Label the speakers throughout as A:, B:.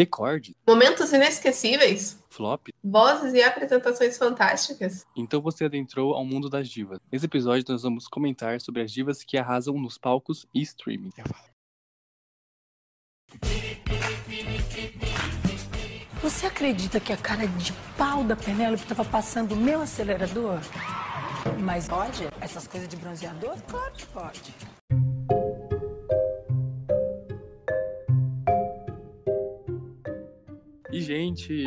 A: Recorde,
B: Momentos inesquecíveis,
A: flop.
B: vozes e apresentações fantásticas.
A: Então você adentrou ao mundo das divas. Nesse episódio nós vamos comentar sobre as divas que arrasam nos palcos e streaming.
C: Você acredita que a cara de pau da Penélope estava passando o meu acelerador? Mas pode? Essas coisas de bronzeador? Claro que pode.
A: E gente,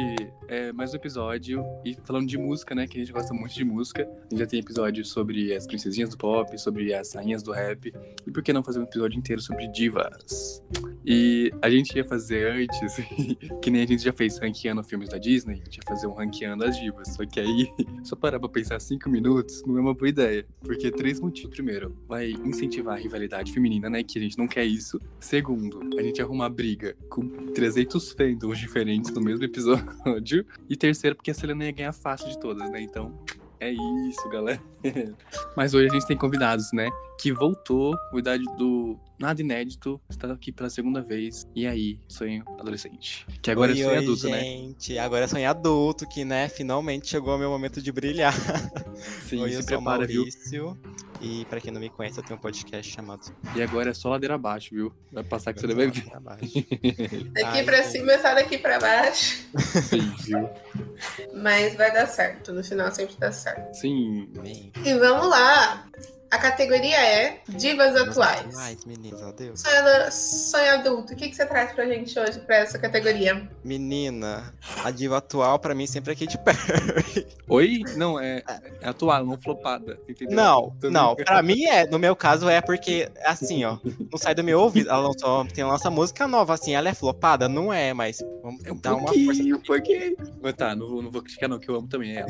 A: é mais um episódio e falando de música, né, que a gente gosta muito de música. A gente já tem episódios sobre as princesinhas do pop, sobre as rainhas do rap, e por que não fazer um episódio inteiro sobre divas? E a gente ia fazer antes, que nem a gente já fez ranqueando filmes da Disney, a gente ia fazer um ranqueando as divas. Só que aí, só parar pra pensar cinco minutos não é uma boa ideia. Porque três motivos. Primeiro, vai incentivar a rivalidade feminina, né? Que a gente não quer isso. Segundo, a gente arruma briga com 300 fandoms diferentes no mesmo episódio. E terceiro, porque a Selena ia ganhar fácil de todas, né? Então. É isso, galera. Mas hoje a gente tem convidados, né? Que voltou, o idade do Nada Inédito, está aqui pela segunda vez. E aí, sonho adolescente. Que agora é
D: oi,
A: sonho
D: oi,
A: adulto, né?
D: gente. Agora é sonho adulto, que, né, finalmente chegou o meu momento de brilhar.
A: Sim,
D: oi, eu
A: se
D: sou
A: prepara, viu?
D: Maurício. E pra quem não me conhece, eu tenho um podcast chamado...
A: E agora é só ladeira abaixo, viu? Vai passar que Tá você vai ver.
D: Abaixo.
B: Daqui
D: Ai,
B: pra
D: gente.
B: cima, só daqui pra baixo.
A: Sim, viu?
B: Mas vai dar certo, no final sempre dá certo.
A: Sim.
D: Bem,
B: E vamos lá! A categoria é Divas
D: nós
B: Atuais.
D: Atuais, meninas, adeus.
B: Sonho, sonho adulto, o que, que você traz pra gente hoje pra essa categoria?
D: Menina, a diva atual pra mim sempre é Katy Perry.
A: Oi? Não, é, é atual, não flopada. Entendeu?
D: Não,
A: Também.
D: não, pra mim é, no meu caso é porque, assim, ó, não sai do meu ouvido, ela lançou, tem nossa música nova, assim, ela é flopada? Não é, mas vamos
A: É um
D: dar uma força
A: pouquinho, um pouquinho. Mas tá, não vou, não vou criticar não, que eu amo também ela.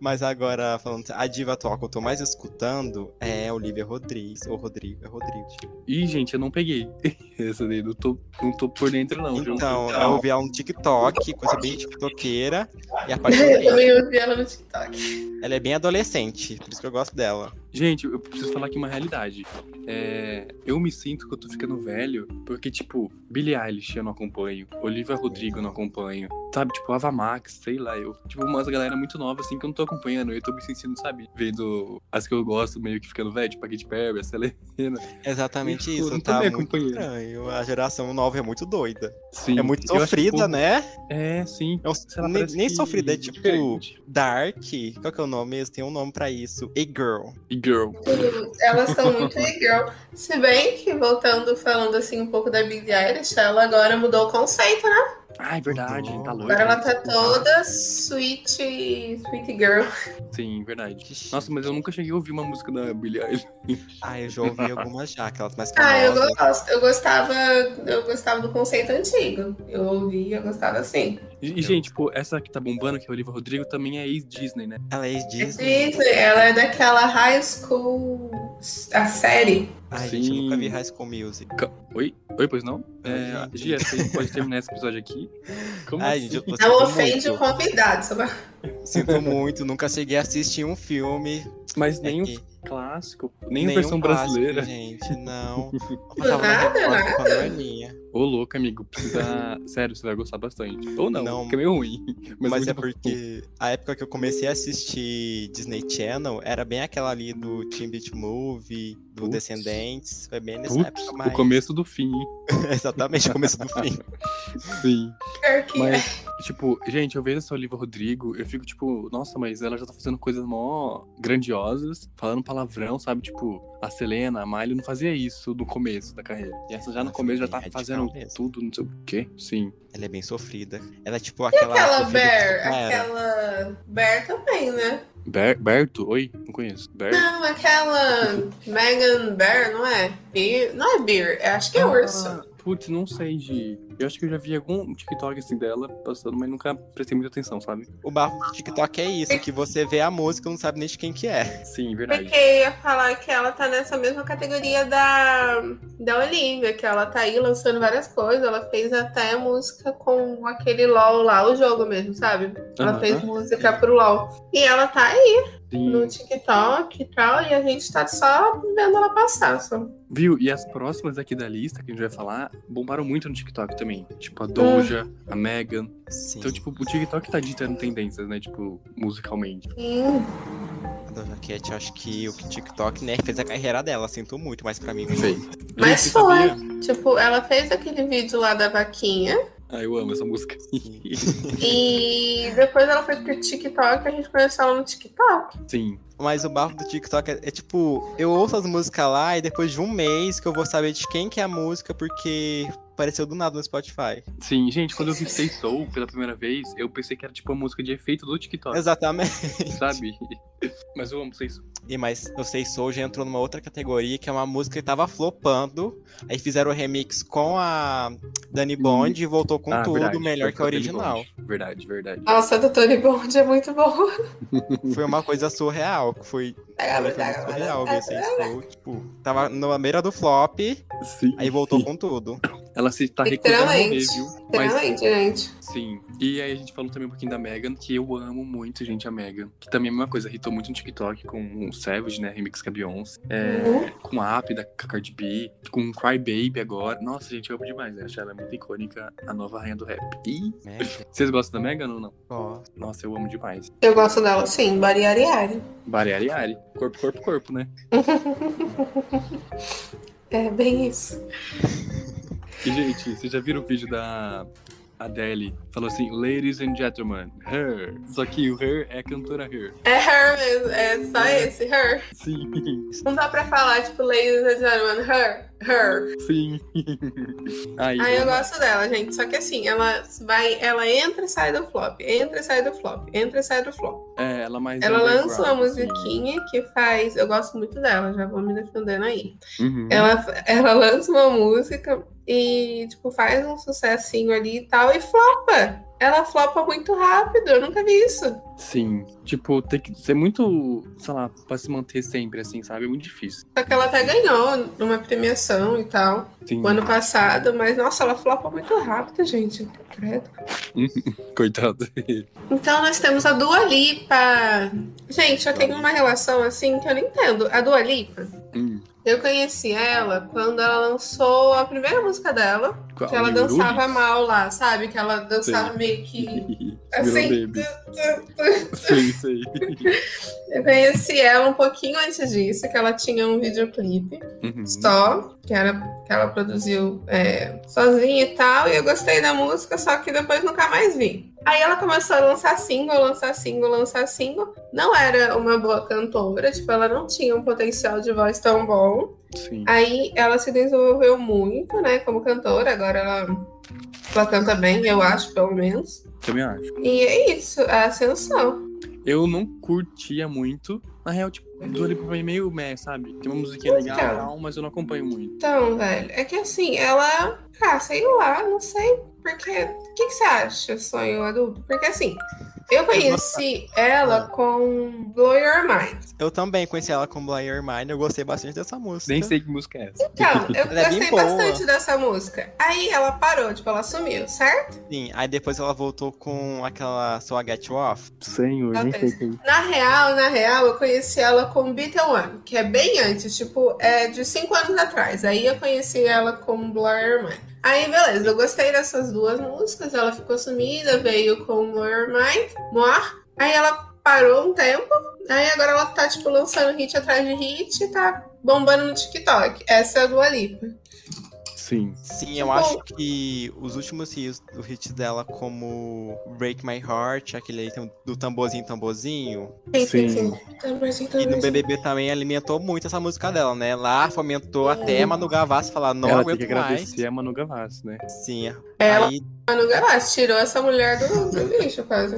D: Mas agora, falando, a diva atual que eu tô mais escutando é Olivia Rodrigues, ou Rodrigo, é Rodrigo.
A: Ih, gente, eu não peguei. Essa daí, não tô, não tô por dentro não, viu? Tá
D: Então, eu ouvi ela no TikTok, coisa bem tiktokeira, e
B: Eu
D: apaixonei.
B: também ouvi ela no TikTok.
D: Ela é bem adolescente, por isso que eu gosto dela.
A: Gente, eu preciso falar aqui uma realidade. É, eu me sinto que eu tô ficando velho, porque, tipo, Billie Eilish eu não acompanho, Olivia Rodrigo eu não acompanho, sabe? Tipo, Ava Max, sei lá, eu. Tipo, umas galera muito nova, assim, que eu não tô acompanhando. Eu tô me sentindo, sabe? Vendo as que eu gosto, meio que ficando velho, tipo, a Katy Perry, a Selena.
D: É Exatamente
A: Eu
D: isso,
A: não
D: tá
A: também
D: muito
A: acompanhei.
D: estranho. A geração nova é muito doida.
A: Sim.
D: É muito
A: Eu acho que o
D: sofrida,
A: povo-
D: né?
A: É, sim.
D: É um-
A: Sei lá,
D: nem
A: parece
D: nem
A: que
D: sofrida, é tipo
A: diferente.
D: Dark. Qual que é o nome mesmo? Tem um nome pra isso. A Girl.
A: E girl.
B: Elas são muito legal. Se bem que, voltando, falando assim um pouco da Billie Eilish, ela agora mudou o conceito, né?
A: Ah, é verdade,
D: Mudou.
A: tá louco.
B: Agora ela tá toda sweet, sweet girl.
A: Sim, verdade.
D: Que chique.
A: Nossa, mas eu nunca cheguei a ouvir uma música da Billie Eilish.
D: Ah, eu já ouvi algumas já, aquelas mais famosas.
B: Ah, eu gosto. Eu gostava, eu gostava do conceito antigo. Eu ouvi, eu gostava assim.
A: E, e, gente, tipo, essa que tá bombando, que é a Olivia Rodrigo, também é ex-Disney, né?
D: Ela é
B: É
D: Disney.
B: Disney, ela é daquela high school. A série.
D: Ai, gente, eu nunca vi
A: Sim.
D: High School Music.
A: Ca- Oi? Oi, pois não? É,
D: Ai, gente.
A: Gia, você pode terminar esse episódio aqui? Como
D: Ai,
A: assim?
D: gente, eu tô
B: Não
D: sinto
B: ofende o
D: muito,
B: convidado. só-
D: Sinto muito, nunca cheguei a assistir um filme.
A: Mas nem
D: É
A: o
D: que-
A: clássico, nem,
D: nenhum
A: a versão
D: clássico,
A: brasileira.
D: Gente, não. Eu
B: Do
D: tava na
B: nada,
D: Record com a Noelinha.
A: Ô, louco, amigo, precisa... Sério, você vai gostar bastante. Ou não,
D: Não.
A: porque é meio ruim.
D: Mas,
A: Mas, muito
D: é
A: bom.
D: porque a época que eu comecei a assistir Disney Channel era bem aquela ali do Teen Beat Movie, do
A: Putz.
D: Descendentes. Foi bem nessa
A: Putz,
D: época mais.
A: o começo do fim, hein?
D: Exatamente, o começo do fim.
A: Sim.
B: Pior que
A: Mas, tipo, gente, eu vejo essa Olivia Rodrigo, eu fico tipo, nossa, mas ela já tá fazendo coisas mó grandiosas, falando palavrão, sabe? Tipo, a Selena, a Miley não fazia isso no começo da carreira. E essa já no
D: Nossa,
A: começo já
D: bem
A: tá
D: radical
A: fazendo
D: mesmo.
A: tudo, não sei o quê. Sim.
D: Ela é bem sofrida. Ela é tipo
B: E
D: aquela.
B: aquela
D: sofrida que é,
B: Bear,
D: já era.
B: aquela Bear também, né?
A: Ber Berto? Oi? Não conheço. Berto?
B: Não, aquela Megan Bear, não é? Beer? Não é Beer, é- acho que é
D: Ah.
B: urso.
A: Ah, Putz, não sei, Gi. Eu acho que eu já vi algum TikTok assim dela passando, mas nunca prestei muita atenção, sabe?
D: O bafo do TikTok é isso, que você vê a música e não sabe nem de quem que é.
A: Sim, verdade.
B: Porque eu ia falar que ela tá nessa mesma categoria da, da Olivia, que ela tá aí lançando várias coisas. Ela fez até música com aquele LOL lá, o jogo mesmo, sabe? Ela
A: Aham.
B: fez música pro LOL. E ela tá aí
A: Sim.
B: no TikTok e tal, e a gente tá só vendo ela passar. Só.
A: Viu? E as próximas aqui da lista que a gente vai falar bombaram muito no TikTok também. Tipo, a
B: Ah.
A: Doja, a Megan.
D: Sim.
A: Então, tipo, o TikTok tá ditando tendências, né? Tipo, musicalmente.
B: Sim.
D: A Doja Cat, eu acho que o TikTok, né, fez a carreira dela. Sinto muito, mas pra mim
A: Sei.
B: Mas
A: Gente,
B: foi.
A: sabia?
B: Tipo, ela fez aquele vídeo lá da vaquinha.
A: Ah, eu amo essa música.
B: E depois ela foi pro TikTok, a gente conheceu ela no TikTok.
A: Sim.
D: Mas o bafo do TikTok é, é tipo, eu ouço as músicas lá e depois de um mês que eu vou saber de quem que é a música, porque apareceu do nada no Spotify.
A: Sim, gente, quando eu vi Stay Soul pela primeira vez, eu pensei que era tipo uma música de efeito do TikTok,
D: Exatamente.
A: sabe? Mas eu amo Stay Soul.
D: E mas eu sei Soul já entrou numa outra categoria, que é uma música que tava flopando. Aí fizeram o remix com a Dani Bond e voltou com
A: Hum. Ah,
D: tudo,
A: verdade, foi
D: melhor que
A: com
D: a
A: Dani
D: original.
A: Bond. Verdade, verdade.
B: Nossa, a do Tony Bond é muito boa.
D: Foi uma coisa surreal, que foi, foi muito surreal ver Sei Soul. Tipo, tava na beira do flop,
B: Ah.
A: Sim.
D: aí voltou com tudo.
A: Ela se tá recusando a morrer,
B: Literalmente.
A: viu? Mas
B: Literalmente, gente.
A: Sim. E aí a gente falou também um pouquinho da Megan, que eu amo muito, gente, a Megan. Que também é a mesma coisa, hitou muito no TikTok com o Savage, né? Remix com a Beyoncé. É,
B: Uhum.
A: com a app da Cardi B, com Cry Baby agora. Nossa, gente, eu amo demais. Eu acho ela muito icônica, a nova rainha do rap. E
D: Né?
A: vocês gostam da Megan ou não?
D: Ó,
A: Nossa, eu amo demais.
B: Eu gosto dela, sim, Bari Ariari.
A: Bariari Ari. Corpo, corpo, corpo, né?
B: É bem isso.
A: E, gente, vocês já viram o vídeo da Adele? Falou assim, Ladies and Gentlemen, Her. Só que o Her é a cantora Her.
B: É her mesmo, é só esse, her.
A: Sim,
B: Não dá pra falar, tipo, ladies and gentlemen, her, her.
A: sim. Aí,
B: Aí eu gosto dela, gente. Só que assim, ela vai, ela entra e sai do flop, entra e sai do flop, entra e sai do flop.
A: É, ela mais.
B: Ela
A: underground,
B: lança uma
A: assim.
B: musiquinha que faz. Eu gosto muito dela, já vou me defendendo aí.
A: Uhum.
B: Ela, ela lança uma música e, tipo, faz um sucessinho ali e tal, e flopa. Ela flopa muito rápido, eu nunca vi isso.
A: Sim. Tipo, tem que ser muito, sei lá, pra se manter sempre, assim, sabe? É muito difícil.
B: Só que ela até ganhou numa premiação e tal,
A: Sim.
B: o ano passado, mas nossa, ela flopa muito rápido, gente. Credo.
A: Coitado.
B: Então nós temos a Dua Lipa. Gente, eu tenho uma relação assim que eu não entendo. A Dua Lipa,
A: Hum.
B: eu conheci ela quando ela lançou a primeira música dela.
A: Qual?
B: Que ela
A: Yuri?
B: dançava mal lá, sabe? Que ela dançava
A: Sim.
B: meio que.
A: Virou
B: Assim.
A: baby. Sim, sei.
B: Eu conheci ela um pouquinho antes disso, que ela tinha um videoclipe
A: Uhum.
B: só, que, era, que ela produziu é, sozinha e tal. E eu gostei da música, só que depois nunca mais vi. Aí ela começou a lançar single, lançar single, lançar single. Não era uma boa cantora, tipo, ela não tinha um potencial de voz tão bom.
A: Sim.
B: Aí ela se desenvolveu muito, né, como cantora. Agora ela, ela canta bem, eu acho, pelo menos.
A: Também acho.
B: E é isso, a ascensão.
A: Eu não curtia muito. Na real, tipo, do ali pra mim é meio meh, sabe? Tem uma musiquinha legal,
B: Então.
A: tal, mas eu não acompanho muito.
B: Então, velho, é que assim, ela. Ah, sei lá, não sei. Porque. O que, que você acha, sonho adulto? Porque assim, eu conheci
D: Ah.
B: ela com Blow Your Mind.
D: Eu também conheci ela com Blow Your Mind, eu gostei bastante dessa música.
A: Nem sei que música é essa.
B: Então, eu
D: Ela é bem
B: gostei
D: boa.
B: bastante dessa música. Aí ela parou, tipo, ela sumiu, certo?
D: Sim, aí depois ela voltou com aquela sua Get Off.
A: Senhor,
B: nem sei
A: quem.
B: Na real, na real, eu conheci ela com Beat One, que é bem antes, tipo, é de cinco anos atrás. Aí eu conheci ela com Blur Mine. Aí, beleza, eu gostei dessas duas músicas, ela ficou sumida, veio com Blur Mine, Moar. Aí ela parou um tempo, aí agora ela tá, tipo, lançando hit atrás de hit e tá bombando no TikTok. Essa é a Dua Lipa.
A: Sim.
D: Sim, eu
B: Bom.
D: acho que os últimos hits, o hit dela como Break My Heart, aquele aí do tamborzinho, tamborzinho.
A: Sim.
B: Tamborzinho,
D: E no
B: tamborzinho.
D: BBB também alimentou muito essa música dela, né? Lá
B: É.
D: fomentou até a Manu Gavassi falar, não
A: ela tem
D: aguento
A: que
D: mais.
A: agradecer a Manu Gavassi, né?
D: Sim,
B: Ela,
D: aí,
B: Manu Gavassi, tirou essa mulher do, do lixo, quase.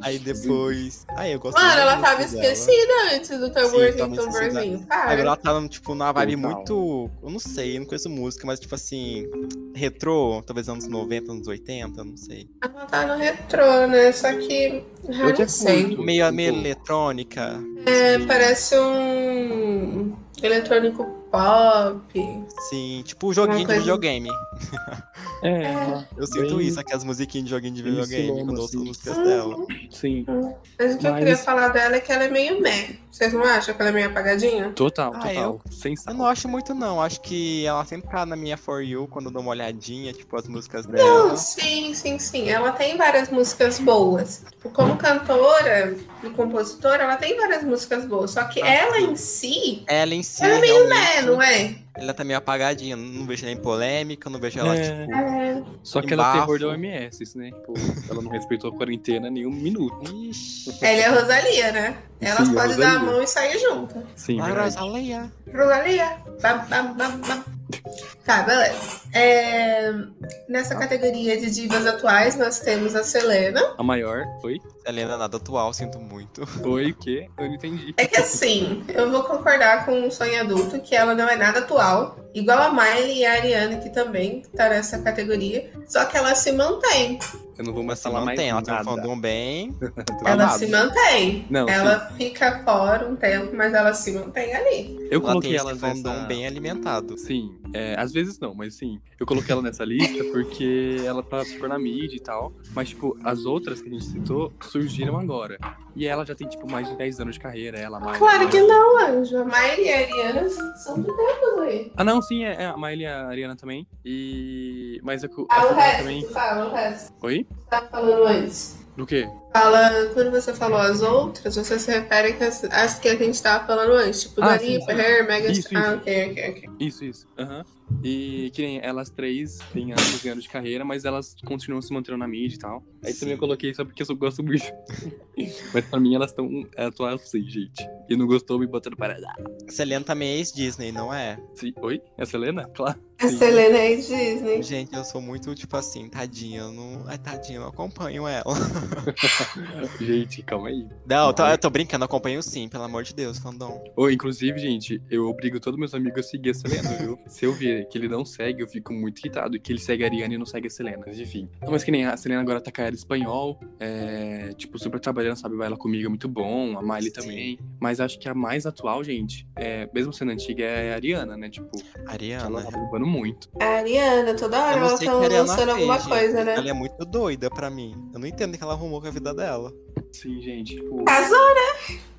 D: aí depois... Aí eu gosto
B: Mano,
D: muito
B: ela
D: da
B: tava
D: música dela.
B: esquecida antes do tamborzinho,
D: Sim, tava
B: tamborzinho.
D: Agora
B: Para.
D: ela tá, tipo, numa vibe
A: Total.
D: muito. Eu não sei, eu não conheço música, mas tipo assim. Retrô, talvez anos 90, anos 80, não sei.
B: Ela tá no retrô, né? Só que. ah,
A: Eu
B: não
A: tinha
B: sei.
A: muito.
D: Meio, meio
A: Tipo,
D: eletrônica.
B: É,
A: Sim.
B: parece um eletrônico pop.
D: Sim, tipo o joguinho de
B: coisa-
D: videogame.
A: É,
D: Eu sinto
A: Bem-
D: isso, aquelas musiquinhas de joguinho de
A: Bem
D: videogame,
A: siloma,
D: quando eu ouço as
A: assim.
D: músicas dela.
A: sim.
B: Mas o que eu
A: Mas-
B: queria falar dela é que ela é meio meh. Vocês não acham que ela é meio apagadinha?
A: Total,
D: Ah,
A: total. Sem
D: Eu
A: sal.
D: não acho muito, não. Acho que ela sempre tá na minha For You quando eu dou uma olhadinha, tipo, as músicas dela.
B: Sim, sim, sim. Ela tem várias músicas boas.
D: Hum.
B: Como cantora e compositora, ela tem várias músicas boas. Só que
D: Ah,
B: ela
D: sim.
B: em si,
D: Ela em si,
B: Ela é meio
D: realmente,
B: é, não é?
D: ela tá meio apagadinha. Não vejo ela em polêmica, não vejo ela,
A: É.
D: tipo...
B: É.
A: Só que ela é
D: Bafo.
A: terror da OMS, isso, né? Tipo, ela não respeitou a quarentena nem um minuto.
D: tipo, Ixi,
B: Ela é a Rosalia, né? Elas
A: Sim, a
B: podem dar a
A: Rosalia.
B: mão e sair junto.
A: Sim,
D: Lara
A: verdade.
D: Zaleia.
B: Rosalia. Bam, bam, bam, bam. Tá, beleza. É, Nessa categoria de divas atuais, nós temos a Selena.
A: A maior. Oi?
D: Helena, é nada atual, sinto muito.
A: Oi, o quê? Eu não entendi.
B: É que assim, eu vou concordar com o Sonho Adulto que ela não é nada atual. Igual a Miley e a Ariana, que também tá nessa categoria. Só que ela se mantém.
A: Eu não vou mais
D: Mas se
A: falar mais
D: mantém, ela tem um
A: nada.
D: fandom bem...
B: Ela
D: babado.
B: se mantém.
A: Não, sim.
B: Ela fica fora um tempo, mas ela se mantém ali.
A: eu
D: Ela
A: coloquei
D: tem
A: ela
D: esse fandom
A: nessa...
D: bem alimentado.
A: Sim, é, às vezes não, mas sim. Eu coloquei ela nessa lista porque ela tá super na mídia e tal. Mas, tipo, as outras que a gente citou surgiram agora. E ela já tem, tipo, mais de 10 anos de carreira, ela mais.
B: Claro que não, anjo. A Miley e a Ariana são do tempo aí.
A: Ah, não, sim, é, é a Miley e a Ariana também. E. Mas é eu, co-
B: Ah, o
A: eu coloquei
B: resto, fala o resto.
A: Oi?
B: Você tava falando antes.
A: Do quê?
B: Fala, quando você falou as outras, você se refere com as, as que a gente tava falando antes, tipo
A: Ah,
B: Dani,
A: sim, sim.
B: Ferrer, Mega
A: Isso,
B: Ah,
A: isso.
B: ok, ok, ok.
A: Isso, isso. Aham. E que nem elas três têm anos ganhando de carreira, mas elas continuam se mantendo na mídia e tal. Aí
D: Sim.
A: também eu coloquei só porque eu só gosto muito. mas pra mim elas estão atual sim, gente. E não gostou, me botando para lá.
D: Selena também é ex-Disney, não é?
A: Sim. Oi? É a Selena? Claro.
B: A
A: Sim.
B: Selena é Disney.
D: Gente, eu sou muito, tipo assim, tadinha. Eu não... Ai, tadinha, eu não acompanho ela.
A: Gente, calma aí.
D: Não, eu tô, eu tô brincando, eu acompanho sim, pelo amor de Deus, fandom.
A: Ou, inclusive, gente, eu obrigo todos meus amigos a seguir a Selena, viu? Se eu ver que ele não segue, eu fico muito irritado. E que ele segue a Ariana e não segue a Selena, mas enfim. Não, mas que nem a Selena agora tá com a era espanhol. É, tipo, super trabalhando, sabe? Vai lá comigo, é muito bom. A Miley
D: Sim.
A: também. Mas acho que a mais atual, gente, é, mesmo sendo antiga, é a Ariana, né? Tipo, ela
D: Ariana.
A: tá bombando muito.
B: A Ariana, toda hora
D: Eu não
B: ela
D: sei
B: tá
D: o É que a Ariana
B: lançando
D: fez,
B: alguma
D: gente.
B: coisa, né?
D: Ela é muito doida pra mim. Eu não entendo o que ela arrumou com a vida dela.
A: Sim, gente,
D: é
A: tipo,
B: Casou?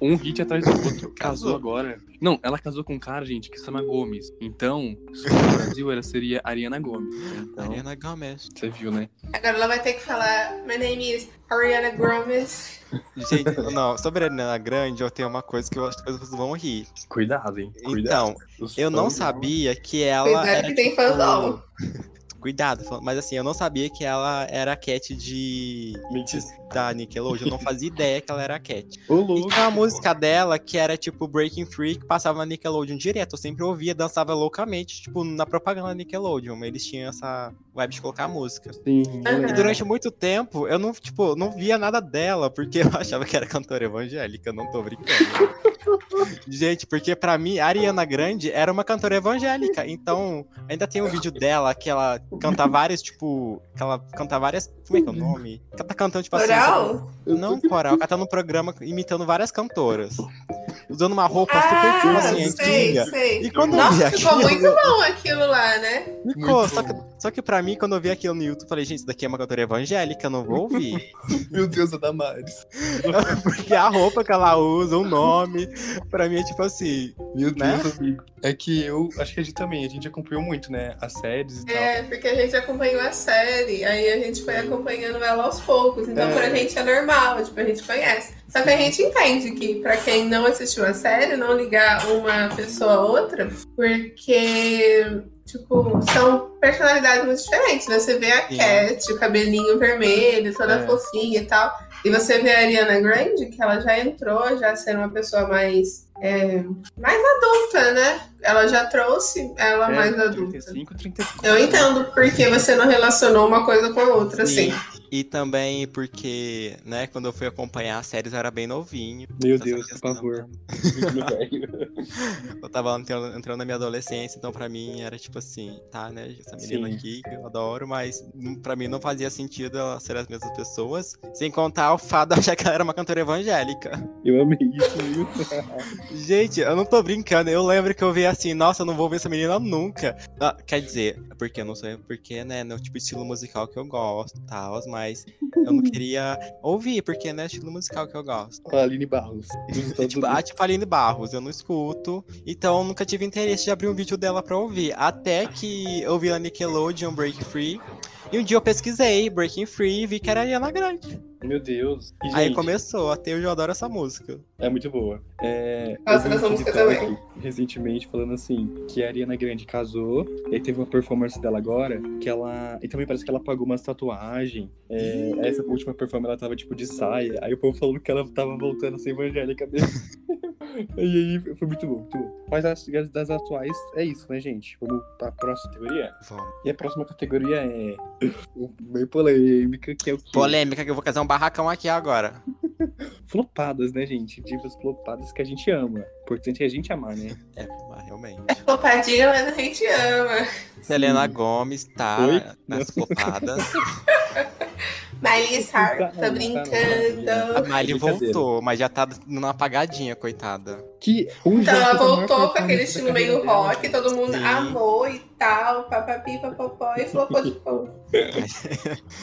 A: um hit atrás do outro.
D: Casou.
A: Casou agora. Não, ela casou com um cara, gente, que se chama Gomes. Então, se fosse no Brasil, ela seria Ariana Gomes. Então,
D: Ariana Gomez.
A: você viu, né?
B: Agora ela vai ter que falar, my name is Ariana Gromes.
D: Gente, não, sobre a Ariana Grande, eu tenho uma coisa que eu acho que as pessoas vão rir.
A: Cuidado, hein? Cuidado.
D: Então, eu não sabia que ela.
B: Cuidado
D: era,
B: que tem
D: tipo,
B: fandom.
D: Cuidado, fã- mas assim, eu não sabia que ela era a Cat de.
A: Mentira.
D: Da Nickelodeon, eu não fazia ideia que ela era a Cat.
A: Ô,
D: E tinha uma música dela que era tipo Breaking Free, que passava na Nickelodeon direto. Eu sempre ouvia, dançava loucamente, tipo, na propaganda da Nickelodeon. mas Eles tinham essa vibe de colocar música.
A: assim,
B: Aham.
D: E É,
A: né?
D: durante muito tempo, eu não, tipo, não via nada dela, porque eu achava que era cantora evangélica, eu não tô brincando. Gente, porque pra mim, a Ariana Grande era uma cantora evangélica, então ainda tem um vídeo dela que ela canta várias, tipo, que ela canta várias, como é que é o nome? Que ela tá cantando, tipo, assim,
B: Oral?
D: não, coral, ela tá no programa imitando várias cantoras. Usando uma roupa super tipo
B: Ah,
D: assim,
B: sei,
D: antiga.
B: sei.
D: E quando eu vi
B: Nossa, ficou
D: aquilo,
B: muito bom aquilo lá, né?
D: ficou.
A: Muito
D: Só que, só que pra mim, quando eu vi aquilo no YouTube, eu falei, gente, isso daqui é uma cantora evangélica, eu não vou ouvir.
A: Meu Deus, a Damares.
D: Porque a roupa que ela usa, o nome, pra mim é tipo assim.
A: Meu Deus,
D: Né?
A: amigo. É que eu acho que a gente também, a gente acompanhou muito, né? As séries e tal.
B: É, porque a gente acompanhou a série, aí a gente foi acompanhando ela aos poucos. Então,
A: É.
B: pra gente é normal, tipo, a gente conhece. Só que a gente entende que, pra quem não assistiu a série, não ligar uma pessoa a outra, porque, tipo, são personalidades muito diferentes, né? Você vê a
D: Sim.
B: Cat, o cabelinho vermelho, toda
A: É.
B: fofinha e tal. E você vê a Ariana Grande, que ela já entrou, já sendo uma pessoa mais. é, mais adulta, né? Ela já trouxe ela
A: É,
B: mais adulta.
A: 35, 34.
B: Eu entendo porque você não relacionou uma coisa com a outra, assim.
D: E, E também porque, né, quando eu fui acompanhar as séries eu era bem novinho.
A: Meu
D: Essa
A: Deus, por
D: questão
A: favor.
D: tá Eu tava entrando, entrando na minha adolescência, então pra mim era tipo assim, tá, né? Essa menina
A: Sim.
D: aqui que eu adoro, mas não- pra mim não fazia sentido ela ser as mesmas pessoas. Sem contar o fato de eu achar que ela era uma cantora evangélica.
A: Eu amei isso, viu?
D: Gente, eu não tô brincando, eu lembro que eu vi assim, nossa, eu não vou ver essa menina nunca. Ah, quer dizer, porque eu não sei, porque, né, no tipo estilo musical que eu gosto e tal, mas eu não queria ouvir, porque, né, estilo musical que eu gosto.
A: Com a Aline Barros. dos
D: É
A: Estados
D: tipo,
A: Unidos.
D: a tipo Aline Barros, eu não escuto. Então eu nunca tive interesse de abrir um vídeo dela pra ouvir. Até que eu vi na Nickelodeon Break Free. E um dia eu pesquisei Breaking Free e vi que era a Ariana Grande.
A: Meu Deus. E,
D: Aí
A: gente,
D: começou, até hoje eu adoro essa música.
A: É muito boa. É,
B: Nossa,
A: eu vi
B: Ah, essa
A: um
B: música
A: TikTok
B: também.
A: Recentemente falando assim, que a Ariana Grande casou, e aí teve uma performance dela agora, que ela. E também parece que ela pagou umas tatuagens.
B: Hum.
A: É, essa última performance ela tava tipo de saia. Aí o povo falando que ela tava voltando a ser evangélica mesmo. e aí foi muito bom, muito bom. Mas as, as das atuais é isso, né, gente? Vamos pra próxima categoria.
D: Vamos.
A: E a próxima categoria é bem polêmica, que é o quê?
D: Polêmica, que eu vou casar um barracão aqui agora.
A: Flopadas, né, gente? Divas flopadas que a gente ama. Importante é a gente amar, né?
D: É, mas realmente.
B: Flopadinha, mas a gente ama.
D: Selena Gomes tá
A: Oi?
D: nas flopadas.
B: Miley Cyrus,
A: Tá,
B: tô
D: A
B: brincando.
D: Miley
A: Brincadeira.
D: voltou, mas já tá numa apagadinha, coitada.
A: Que um
B: Então ela
A: jogo foi a maior
B: voltou com aquele
A: performance
B: estilo
A: da
B: meio
A: carreira dela.
B: rock, todo mundo
D: Sim.
B: amou e tal, papapi, papapó, e flopou de novo.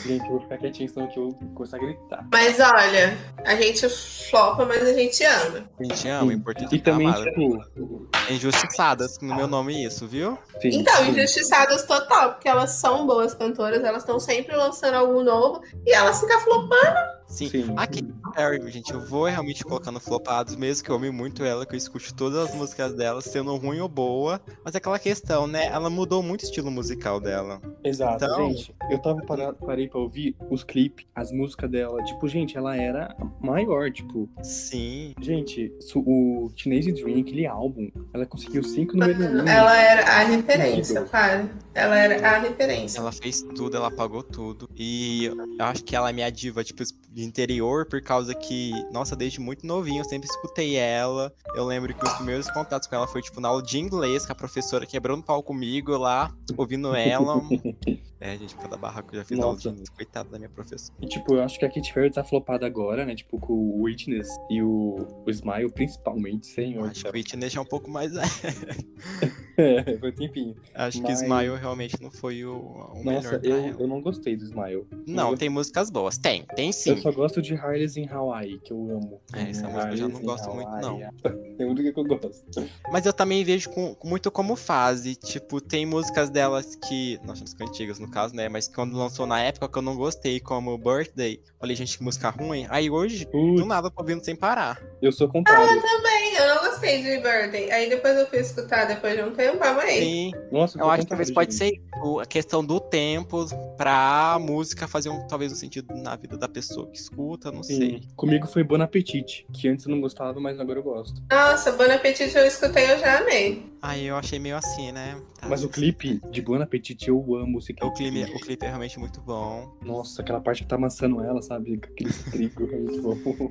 A: Gente, eu vou ficar quietinho, senão que eu vou começar a gritar.
B: Mas olha, a gente flopa, mas a gente ama.
D: A gente ama, é importante
A: E
D: ficar
A: também,
D: amada.
A: tipo.
D: Injustiçadas, no meu nome é isso, viu?
A: Sim,
B: Então,
A: sim.
B: injustiçadas total, porque elas são boas cantoras, elas estão sempre lançando algo novo e elas ficam flopando.
D: Sim. Ah,
A: Sim.
D: Aqui, Harry, gente, eu vou realmente colocando flopados, mesmo que eu ame muito ela, que eu escute todas as músicas dela, sendo ruim ou boa. Mas é aquela questão, né? Ela mudou muito o estilo musical dela.
A: Exato,
D: Então-
A: gente. Eu tava parado, parei pra ouvir os clipes, as músicas dela. Tipo, gente, ela era maior. Tipo,
D: Sim.
A: gente, su- o Teenage Dream, aquele álbum, ela conseguiu cinco número um.
B: Ela era a referência, cara. Ela era a referência.
D: Ela fez tudo, ela pagou tudo. E eu acho que ela é minha diva, tipo, de interior, por causa que, nossa, desde muito novinho eu sempre escutei ela. Eu lembro que os primeiros contatos com ela foi, tipo, na aula de inglês, que a professora quebrou no pau comigo lá, ouvindo ela. é, gente, pra dar barraco, eu já fiz na aula de
A: Nossa.
D: inglês. Coitada da minha professora.
A: E, tipo, eu acho que a Katy Perry tá flopada agora, né? Tipo, com o Witness e o, o Smile, principalmente,
D: Eu
A: senhor.
D: Acho que o Whitney é um pouco mais.
A: É, foi um tempinho.
D: Acho que
A: Mas-
D: Smile realmente não foi o,
A: Nossa,
D: o melhor. pra
A: eu,
D: ela.
A: eu não gostei do Smile.
D: Não, tem músicas boas. Tem, tem sim.
A: Eu só gosto de Harley's em Hawaii, que eu amo.
D: É, essa música eu já não
A: Harley's em
D: gosto muito, não.
A: Hawaii. É a única que eu gosto.
D: Mas eu também vejo com- com muito como fase. Tipo, tem músicas delas que. Nossa, músicas antigas no caso, né? Mas que quando lançou na época que eu não gostei, como Birthday. Falei, gente, que música ruim. Aí hoje, do
A: Putz,
D: nada, eu tô ouvindo sem parar.
A: eu sou contrário.
B: Bem, Ah, eu não gostei de Birthday. Aí depois eu fui escutar depois de um tempo, amei.
D: Sim.
A: Nossa, eu,
D: Eu
A: sou
D: acho que
A: contrário,
D: talvez pode
A: gente.
D: ser o- a questão do tempo pra música fazer um, talvez um sentido na vida da pessoa que escuta, não sei.
A: Sim. Comigo foi Bon Appetit, que antes eu não gostava, mas agora eu gosto.
B: Nossa, Bon Appetit eu escutei, eu já amei.
D: Aí eu achei meio assim, né? Tá,
A: Mas o
D: assim.
A: clipe de Bon Appetit eu amo esse clipe.
D: O clipe, o clipe é realmente muito bom.
A: Nossa, aquela parte que tá amassando ela, sabe? Com Aquele trigo, é muito bom.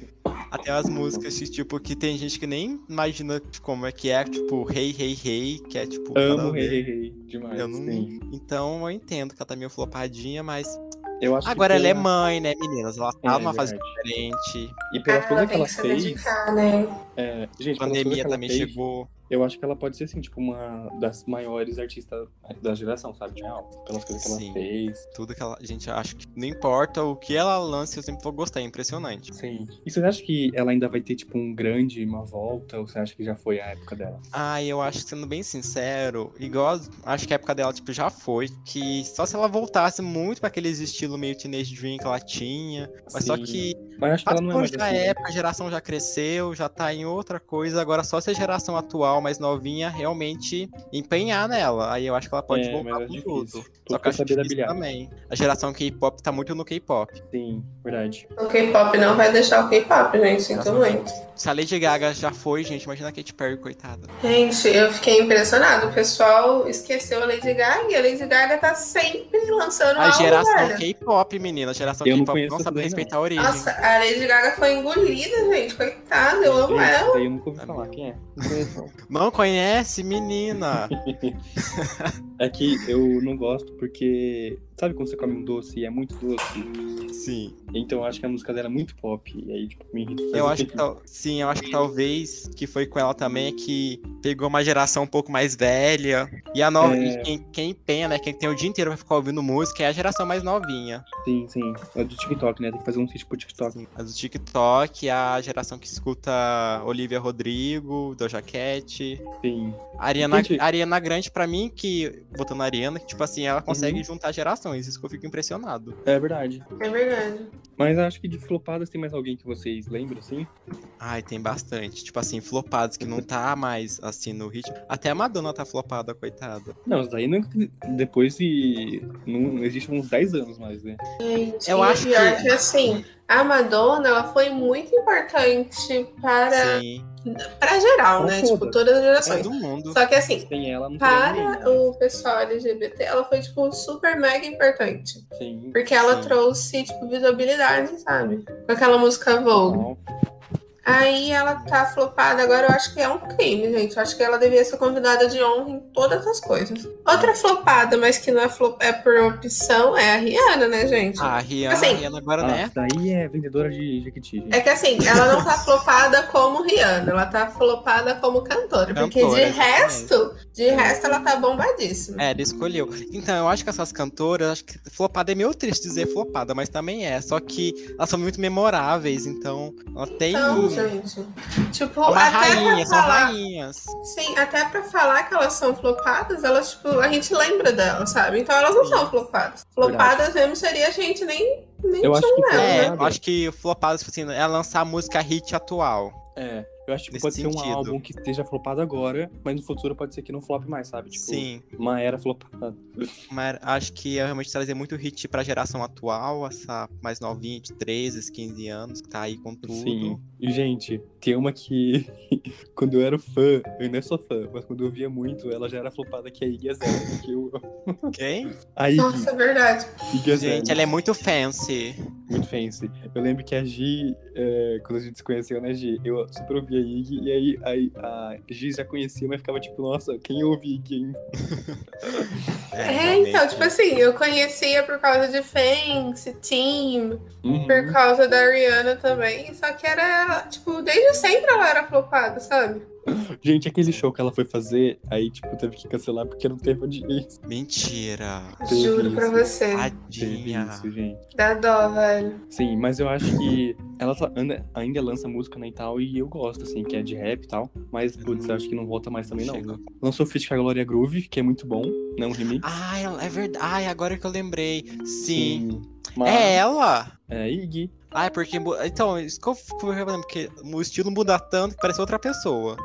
D: Até as músicas, que, tipo, que tem gente que nem imagina de como é que é, tipo, Hey, Hey, Hey, que é tipo.
A: Amo
D: nada a
A: Rei Rei
D: ver.
A: Rei demais.
D: Eu não...
A: sim.
D: Então eu entendo que ela tá meio flopadinha, mas.
A: Eu acho que
D: Agora ela é
A: pela-
D: mãe, né, meninas? Ela
A: É,
D: tá numa fase
A: verdade.
D: diferente.
A: E pelas
B: Ah,
A: coisas que
B: ela tem
A: ela
B: que se
A: fez.
B: dedicar, né?
A: é,
D: A
A: Gente, pelas coisas que
D: pandemia
A: ela
D: também
A: fez,
D: chegou.
A: Eu acho que ela pode ser, assim, tipo, uma das maiores artistas da geração, sabe? Tipo, pelas coisas que
D: Sim.
A: ela fez.
D: Tudo que ela. Gente, eu acho que não importa o que ela lance, eu sempre vou gostar. É impressionante.
A: Sim. E você acha que ela ainda vai ter, tipo, um grande, uma volta? Ou você acha que já foi a época dela?
D: Ah, eu acho, sendo bem sincero, igual acho que a época dela, tipo, já foi. Que só se ela voltasse muito pra aqueles estilo meio teenage dream que ela tinha. Mas só
A: Sim.
D: que
A: Mas acho que ela não é
D: passou
A: mais
D: já
A: assim.
D: a época, a geração já cresceu, já tá em outra coisa. Agora só se a geração atual pessoal mais novinha realmente empenhar nela. Aí eu acho que ela pode
A: É, mas
D: voltar
A: é
D: com
A: difícil.
D: tudo.
A: Tudo
D: Só que eu acho
A: com saber
D: difícil
A: da
D: também. A geração K-pop tá muito no K-pop.
A: Sim, verdade.
B: O K-pop não vai deixar o K-pop, gente. Sinto muito.
D: Se a Lady Gaga já foi, gente, imagina a Katy Perry, coitada.
B: Gente, eu fiquei impressionado. O pessoal esqueceu a Lady Gaga e a Lady Gaga tá sempre lançando
D: A
B: algo,
D: geração
B: velho.
D: K-pop, menina. A geração
A: Eu não
D: K-pop não
A: conheço
D: sabe
A: também,
D: respeitar a origem.
B: Nossa, a Lady Gaga foi engolida, gente. Coitada, eu amo
A: Esse
B: ela.
A: daí eu nunca ouvi falar.
D: Amigo.
A: Quem é?
D: Não conhece, menina?
A: É que eu não gosto porque. Sabe quando você come um doce e é muito doce?
D: Sim.
A: Então eu acho que a música dela é muito pop. E aí, tipo, me irrita.
D: Eu
A: Mas,
D: acho que
A: tipo,
D: tal- sim, eu acho que talvez que foi com ela também é que pegou uma geração um pouco mais velha. E a nova,
A: É.
D: e quem, quem pena, né, quem tem o dia inteiro pra ficar ouvindo música é a geração mais novinha.
A: Sim, sim. É do TikTok, né? Tem que fazer um sítio pro TikTok.
D: Assim, As do TikTok, a geração que escuta Olivia Rodrigo, Doja Cat,
A: Sim.
D: Ariana,
A: Entendi.
D: Ariana Grande pra mim que votando na Ariana, que tipo assim,
A: Uhum.
D: ela consegue juntar gerações, isso que eu fico impressionado.
A: É verdade.
B: É verdade.
A: Mas eu acho que de flopadas tem mais alguém que vocês lembram, assim?
D: Ai, tem bastante. Tipo assim, flopados que não tá mais assim no ritmo. Até a Madonna tá flopada, coitada.
A: Não, isso daí não... é depois de. Não existe uns 10 anos mais, né?
B: Gente,
D: Eu
B: e
D: acho
B: pior
D: que-
B: que... assim, a Madonna ela foi muito importante para,
D: Sim.
B: para geral,
A: Pra
B: né?
A: todas.
B: Tipo, todas as gerações.
D: Todo mundo.
B: Só que assim,
A: Sem ela, não teria
B: para
A: ninguém.
B: o pessoal LGBT, ela foi, tipo, super mega importante.
A: Sim.
B: Porque ela
D: Sim.
B: trouxe, tipo, visibilidade, sabe? Com aquela música Vogue.
A: Não,
B: Aí ela tá flopada agora, eu acho que é um crime, gente. Eu acho que ela devia ser convidada de honra em todas as coisas. Outra flopada, mas que não é, flop, é por opção, é a Rihanna, né, gente?
D: Ah, a Rihanna,
B: Assim.
D: a Rihanna agora,
A: Ah,
D: né?
A: isso daí é vendedora de Jequiti, gente.
B: É que assim, ela não tá flopada como Rihanna, ela tá flopada como cantora. porque
D: Cantora,
B: de
D: exatamente.
B: resto, de resto ela tá bombadíssima.
D: É, ela escolheu. Então, eu acho que essas cantoras, acho que flopada é meio triste dizer flopada, mas também é. Só que elas são muito memoráveis, então ela tem.
B: Então,
D: um-
B: gente. Tipo,
D: uma
B: até
D: é rainha,
B: pra
D: são
B: falar.
D: rainhas.
B: Sim, até pra falar que elas são flopadas, elas, tipo, a gente lembra delas, sabe? Então elas não são flopadas. Flopadas mesmo seria a gente nem, nem
A: Eu acho
B: tinha um
A: que
B: nada.
A: foi-
D: É,
A: né?
D: eu acho que flopada, tipo assim, é lançar a música hit atual.
A: É, eu acho que
D: Nesse
A: pode ser um
D: sentido.
A: álbum que esteja flopado agora, mas no futuro pode ser que não flope mais, sabe? Tipo,
D: Sim.
A: uma era flopada.
D: Mas acho que ia realmente trazer muito hit pra geração atual, essa mais novinha de 13, 15 anos, que tá aí com tudo.
A: Sim. E, gente, tem uma que. quando eu era fã, eu ainda sou fã, mas quando eu via muito, ela já era flopada que é a Iggy Azalea, que eu amo.
D: Ok?
A: A Iggy,
B: Nossa, é verdade.
A: Iggy Azalea.
D: Gente, ela é muito fancy.
A: Muito fancy. Eu lembro que a Gi, é, quando a gente se conheceu, né, Gi? Eu super ouvia a Iggy, e aí, aí a Gi já conhecia, mas ficava tipo, nossa, quem ouve Iggy? hein?
B: É, então, tipo assim, eu conhecia por causa de Fancy, Team,
D: Uhum.
A: Uhum.
B: por causa da Rihanna também. Só que era ela, tipo, desde sempre ela era flopada, sabe?
A: Gente, aquele show que ela foi fazer, aí, tipo, teve que cancelar porque não teve audiência.
D: Mentira.
A: Teve
B: Juro pra
A: isso.
B: você.
A: É. Teve
D: Tadinha.
A: isso, gente.
B: Dá dó, velho.
A: Sim, mas eu acho que ela tá- anda- ainda lança música, né, e tal, e eu gosto, assim, que é de rap e tal. Mas, putz, eu acho que não volta mais também, não. né?
D: Chega.
A: Lançou o feat com a Gloria Groove, que é muito bom, né, um remix.
D: Ai, ela- é verdade. Ai, agora que eu lembrei. Sim.
A: Mas
D: É
A: é,
D: ela?
A: Iggy.
D: Ai, porque. mu- Então, isso que eu fico reparando, porque o estilo muda tanto que parece outra pessoa.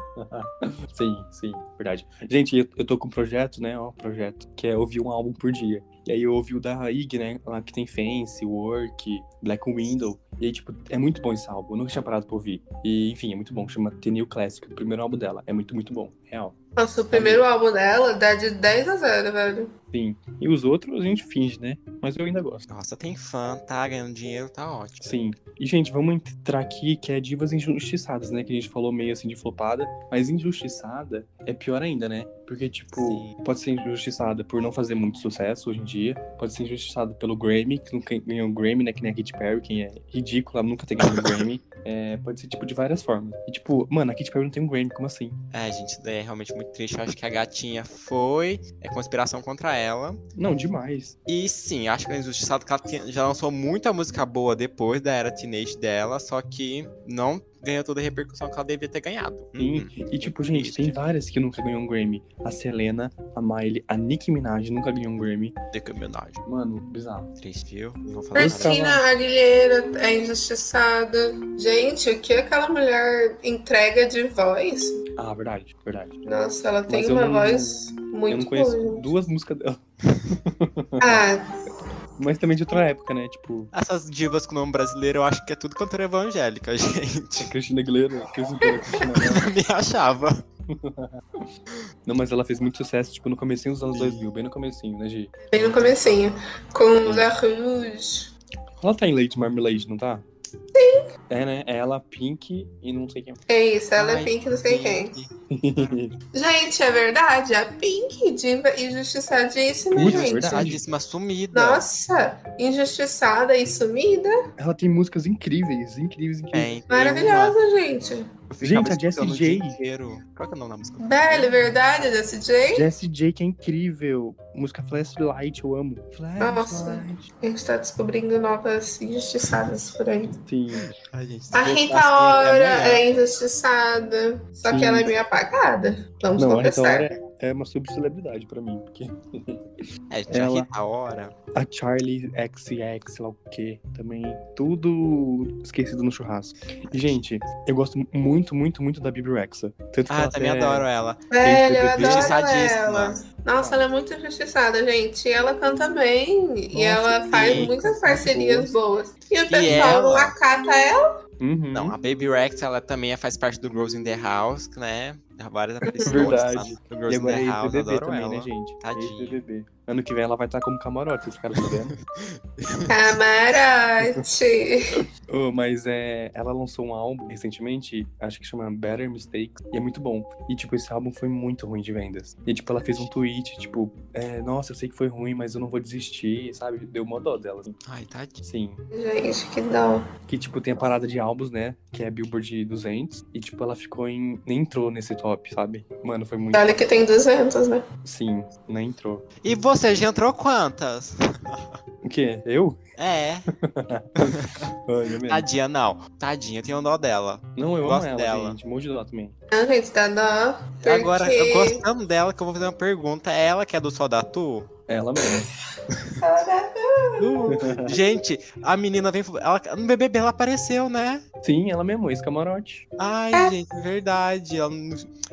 A: sim, sim, verdade. Gente, eu, eu tô com um projeto, né, ó, projeto, que é ouvir um álbum por dia. E aí eu ouvi o da Ig, né, lá que tem Fence, Work, Black Window. E aí, tipo, é muito bom esse álbum, eu nunca tinha parado pra ouvir. E, enfim, é muito bom, chama The New Classic, o primeiro álbum dela. É muito, muito bom, real.
B: Nossa, o primeiro álbum dela dá de 10 a 0, velho.
A: Sim. E os outros a gente finge, né? Mas eu ainda gosto.
D: Nossa, tem fã, tá ganhando dinheiro, tá ótimo.
A: Sim. E, gente, vamos entrar aqui que é divas injustiçadas, né? Que a gente falou meio assim de flopada. Mas injustiçada é pior ainda, né? Porque, tipo,
D: Sim.
A: pode ser injustiçada por não fazer muito sucesso hoje em dia. Pode ser injustiçada pelo Grammy, que nunca ganhou o Grammy, né? Que nem a Katy Perry, quem é ridícula, nunca tem ganhado o Grammy. É, pode ser, tipo, de várias formas. E, tipo, mano, a Katy Perry não tem um Grammy, como assim?
D: É, gente, isso daí é realmente muito triste. Eu acho que a gatinha foi. É conspiração contra ela.
A: Não, demais.
D: E sim, acho que é injustiçado que ela tinha- já lançou muita música boa depois da era teenage dela, só que não ganhou toda a repercussão que ela devia ter ganhado.
A: Sim.
D: Hum.
A: E, tipo, gente, tem várias que nunca ganhou um Grammy. A Selena, a Miley, a Nicki Minaj nunca ganhou um Grammy.
D: Nicki Minaj.
A: Mano, bizarro.
D: Triste, viu? Não vou falar
A: Mas
D: nada.
B: Cristina Aguilera é injustiçada. Gente, o que aquela mulher entrega de voz?
A: Ah, verdade, verdade.
B: Nossa, ela tem
A: Mas eu
B: uma
A: não-
B: voz
A: eu não
B: muito
A: conheço
B: boa.
A: duas músicas dela.
B: Ah,
A: Mas também de outra época, né? Tipo,
D: Essas divas com nome brasileiro, eu acho que é tudo cantora evangélica, gente.
A: a Cristina Aguilera, a Cristina Aguilera, a Cristina Aguilera.
D: Me achava.
A: Não, mas ela fez muito sucesso, tipo, no comecinho dos anos 2000, bem no comecinho, né, Gi?
B: bem no comecinho. Com La Rouge.
A: Ela tá em Late Marmalade, não tá? Sim. É, né? Ela, Pink e não sei quem.
B: É isso, ela
D: Ai,
B: é Pink, não sei quem.
A: Putz,
B: Gente, é verdade, a Pink, diva injustiçadíssima,
A: Putz,
B: gente.
A: verdade.
D: Sadíssima é sumida.
B: Nossa, injustiçada e sumida.
A: Ela tem músicas incríveis, incríveis, incríveis.
D: Tem, tem
B: Maravilhosa, gente.
D: uma- É, eu ficava
A: Gente, a Jessie
D: escutando o dia
A: J.
D: inteiro. Qual que é o nome da música?
B: Belle, verdade, desse J.
A: Jessie J, que é incrível. Música Flashlight, eu amo. Flashlight.
B: A gente tá descobrindo novas injustiçadas por aí.
A: Sim.
D: Ai, gente, se
B: A
D: voltar
B: Rita
D: assim até
B: Ora
D: amanhã.
B: é injustiçada, só
A: Sim.
B: que ela é meio apagada. Vamos
A: Não, a Rita
B: confessar.
A: Ora é uma subcelebridade pra mim, porque
D: É, gente,
A: Ela-
D: a Rita Ora.
A: a Charlie XX, sei lá o quê, também tudo esquecido no churrasco. E, gente, eu gosto muito, muito, muito da Bibi Rexa. Tanto que
D: Ah,
A: ela
D: também
A: até-
D: adoro ela.
B: Velho, eu
A: BBB.
B: adoro ela.
D: Injustiçadíssima.
B: Nossa, ela é muito injustiçada, gente. E ela canta bem. e
A: Nossa,
B: ela faz
D: sim,
B: muitas parcerias boas. E o
D: E
B: pessoal
D: ela?
B: acata ela.
A: Uhum.
D: Não, a Baby Rex, ela também é- faz parte do Girls in the House, né? Há Várias aparições
A: Verdade.
D: do
A: E
D: Girls in
A: agora é
D: the House,
A: ex-BBB
D: adoro
A: também,
D: ela.
A: né, gente?
D: Tadinha.
A: Ex-BBB. Ano que vem ela vai estar como camarote, vocês ficaram sabendo?
B: Camarote.
A: Ô, mas é, ela lançou um álbum recentemente, acho que chama Better Mistakes, e é muito bom. E, tipo, esse álbum foi muito ruim de vendas. E, tipo, ela fez um tweet, tipo, é, nossa, eu sei que foi ruim, mas eu não vou desistir, sabe? Deu uma dó dela, assim.
D: Ai, tadinha.
A: Sim.
B: gente, que dó.
A: Que, tipo, tem a parada de álbuns, né? Que é Billboard 200. E, tipo, ela ficou em... Nem entrou nesse top, sabe? Mano, foi muito...
B: Olha que tem 200, né?
A: Sim, nem entrou.
D: E você já entrou quantas?
A: O quê? Eu?
D: É,
A: Olha mesmo.
D: tadinha não. Tadinha, tem o nó dela.
A: Não, eu amo
D: Ah, Gosto
A: ela,
D: dela.
A: gente. Morro de dó também.
B: Não, gente, dá dó. Porque...
D: Agora, eu gostando dela, que eu vou fazer uma pergunta. É ela que é do Sodatu?
A: Ela mesmo.
D: Uh, gente, a menina vem. Ela, no BBB ela apareceu, né?
A: Sim, ela mesmo, esse camarote.
D: Ai,
A: É.
D: gente, verdade. Ela,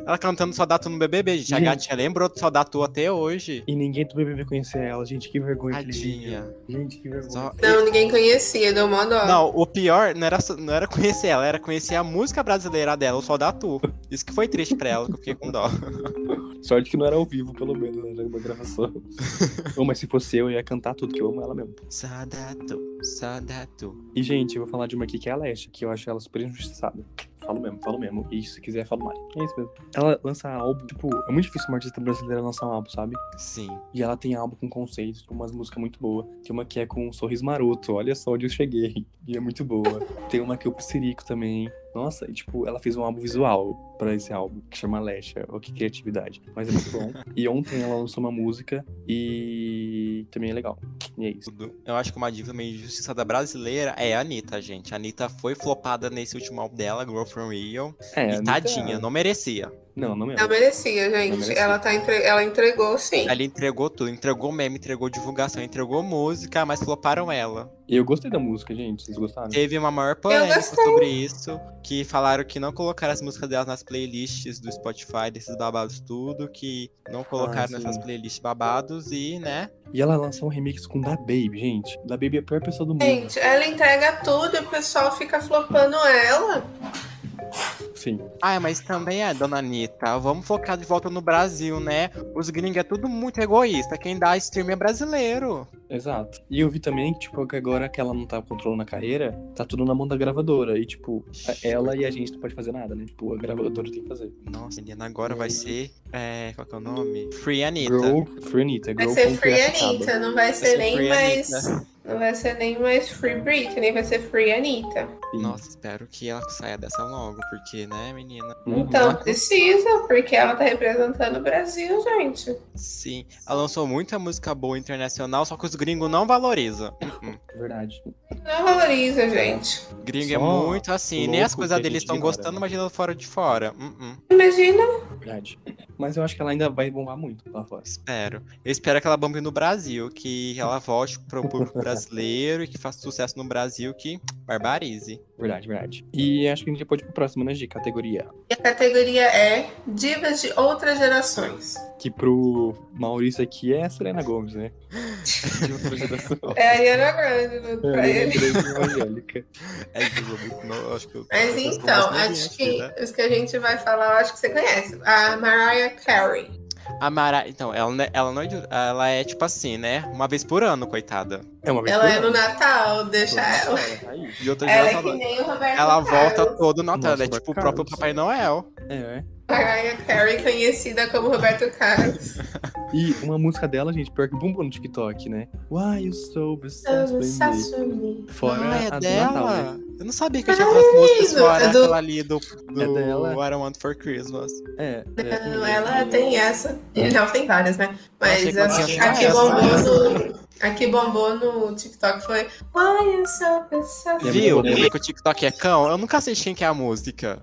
D: ela cantando Sodatu no BBB, gente. A
A: Gente.
D: gatinha lembrou do Sodatu até hoje.
A: E ninguém do BBB conhecia ela, gente, que vergonha. que
D: Tadinha.
A: alívio. Gente, que vergonha.
D: Só-
B: Não, ninguém conhecia, deu mó dó.
D: Não, o pior não era, só- não era conhecer ela, era conhecer a música brasileira dela, o Sodatu. Isso que foi triste pra ela, que eu fiquei com dó.
A: Sorte que não era ao vivo, pelo menos, né? era uma gravação. Ô, mas se fosse eu, eu ia cantar tudo, que eu amo ela mesmo.
D: Sodatu, Sodatu.
A: E, gente, eu vou falar de uma aqui que é a Leste, que eu acho ela super injustiçada. Falo mesmo, falo mesmo. E se quiser, falo mais. É isso mesmo. Ela lança álbum, tipo, é muito difícil uma artista brasileira lançar um álbum, sabe?
D: Sim.
A: E ela tem álbum com conceitos, com umas músicas muito boas. Tem uma que é com um sorriso maroto, olha só onde eu cheguei. E é muito boa. tem uma que é o Psirico também. Nossa, e tipo, ela fez um álbum visual pra esse álbum, que chama Lecha, ou que criatividade. Mas é muito bom. e ontem ela lançou uma música e também é legal. E é isso.
D: tudo. Eu acho que uma diva meio injustiçada brasileira é a Anitta, gente. A Anitta foi flopada nesse último álbum dela, Girl From Rio.
A: É,
D: e
A: não
D: tadinha,
A: tá-
D: não merecia.
A: Não, não é. mesmo.
B: Não merecia, gente.
A: Não merecia.
B: Ela, tá entre- ela entregou, sim.
D: Ela entregou tudo, entregou meme, entregou divulgação, entregou música, mas floparam ela.
A: E eu gostei da música, gente. Vocês gostaram?
D: Teve uma maior polêmica
B: gostei.
D: sobre isso, que falaram que não colocaram as músicas delas nas playlists do Spotify, desses babados tudo, que não colocaram
A: sim.
D: nessas playlists babados e, né?
A: E ela lançou um remix com Da Baby, gente. Da Baby é a pior pessoa do mundo.
B: Gente, ela entrega tudo e o pessoal fica flopando ela.
A: Sim.
D: Ah, mas também é, dona Anitta. Vamos focar de volta no Brasil, né? Os gringos é tudo muito egoísta. Quem dá stream é brasileiro.
A: Exato. E eu vi também que, tipo, que agora que ela não tá controlando a carreira, tá tudo na mão da gravadora. E, tipo, a- ela e a gente não pode fazer nada, né? Tipo, a gravadora tem que fazer.
D: Nossa, Eliana agora vai ser. É, qual que é o nome? Free Anitta.
A: Grow Free Anitta.
B: Vai
A: Grow
B: ser
A: com
B: Free
A: Piracicaba.
B: Anitta, não vai
D: ser
B: ser nem
D: Free
B: mais.
D: Anitta.
B: Não vai ser nem mais Free Britney, vai ser Free Anitta.
A: Sim.
D: Nossa, espero que ela saia dessa logo, porque, né, menina?
A: Uhum.
B: Então precisa, porque ela tá representando o Brasil, gente.
D: Sim, ela lançou muita música boa internacional, só que os gringos não valorizam. Uhum.
A: Verdade.
B: Não valoriza, gente.
D: Gringo é
A: Só
D: muito assim, nem
A: louco
D: as coisas
A: que a
D: deles
A: gente
D: estão
A: ignora,
D: gostando,
A: né?
D: imagina fora de fora. Uhum.
B: Imagina.
A: Verdade. Mas eu acho que ela ainda vai bombar muito lá fora.
D: Espero. Eu espero que ela bombe no Brasil, que ela volte pro público brasileiro e que faça sucesso no Brasil, que Barbarize.
A: Verdade, verdade. E acho que a gente já pode ir pro próximo, né, de categoria.
B: E a categoria é Divas de Outras Gerações.
A: Que pro Maurício aqui é a Selena Gomes, né? De outra geração.
B: É a Ariana Grande, né?
A: É,
B: pra ele.
A: igreja evangélica.
D: É, eu não- acho que eu-
B: Mas
D: eu- eu-
B: então,
D: eu- eu- eu- eu-
B: acho
D: eu-
B: que
D: eu- eu-
B: os que a gente vai falar, eu acho que você conhece. A Mariah Carey.
D: A Mara. Então, ela, né- ela não é. de- Ela é tipo assim, né? Uma vez por ano, coitada.
A: É uma vez
B: Ela
A: por
B: é no
A: ano.
B: Natal, deixa é ela.
A: Aí.
D: E outra
B: Ela é
D: geração-
B: que nem o Roberto
D: Ela volta
B: Carlos.
D: todo Natal. Ela é
A: Nossa,
D: tipo o
A: Carlos.
D: próprio Papai Noel.
A: É, é.
B: Mariah Carey, conhecida como Roberto Carlos.
A: E uma música dela, gente, pior que bombou no TikTok, né? Why you so obsessed with me?
B: Sassumi.
A: Fora
D: não, é
A: a do
D: dela.
A: Natal, né?
D: Eu não sabia que tinha outras músicas fora
B: é do-
D: né? aquela ali do, do
A: É dela.
D: I Don't Want For Christmas.
A: É, é.
B: Não, Então, ela tem essa. Não, tem várias, né?
D: Achei
B: Mas
D: que assim, né? ela
B: a,
D: tinha
B: a que
D: essa.
B: bombou no. A que bombou no TikTok foi Why you so obsessed?
A: É
D: Viu?
A: muito bom.
D: Lembra que o TikTok é cão? Eu nunca sei de quem que é a música.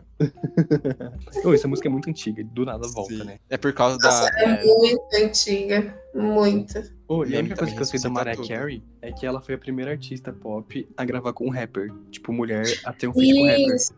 A: Ô, essa música é muito antiga, do nada volta,
D: Sim.
A: né?
D: É por causa
B: Nossa,
D: da.
B: é muito antiga. Muito.
A: Ô, e a
D: Lembra
A: única coisa
D: também
A: que eu sei da
D: ressuscitar
A: Mariah
D: tudo.
A: Carey é que ela foi a primeira artista pop a gravar com um rapper. Tipo, mulher a ter um feat com rapper.
B: Isso,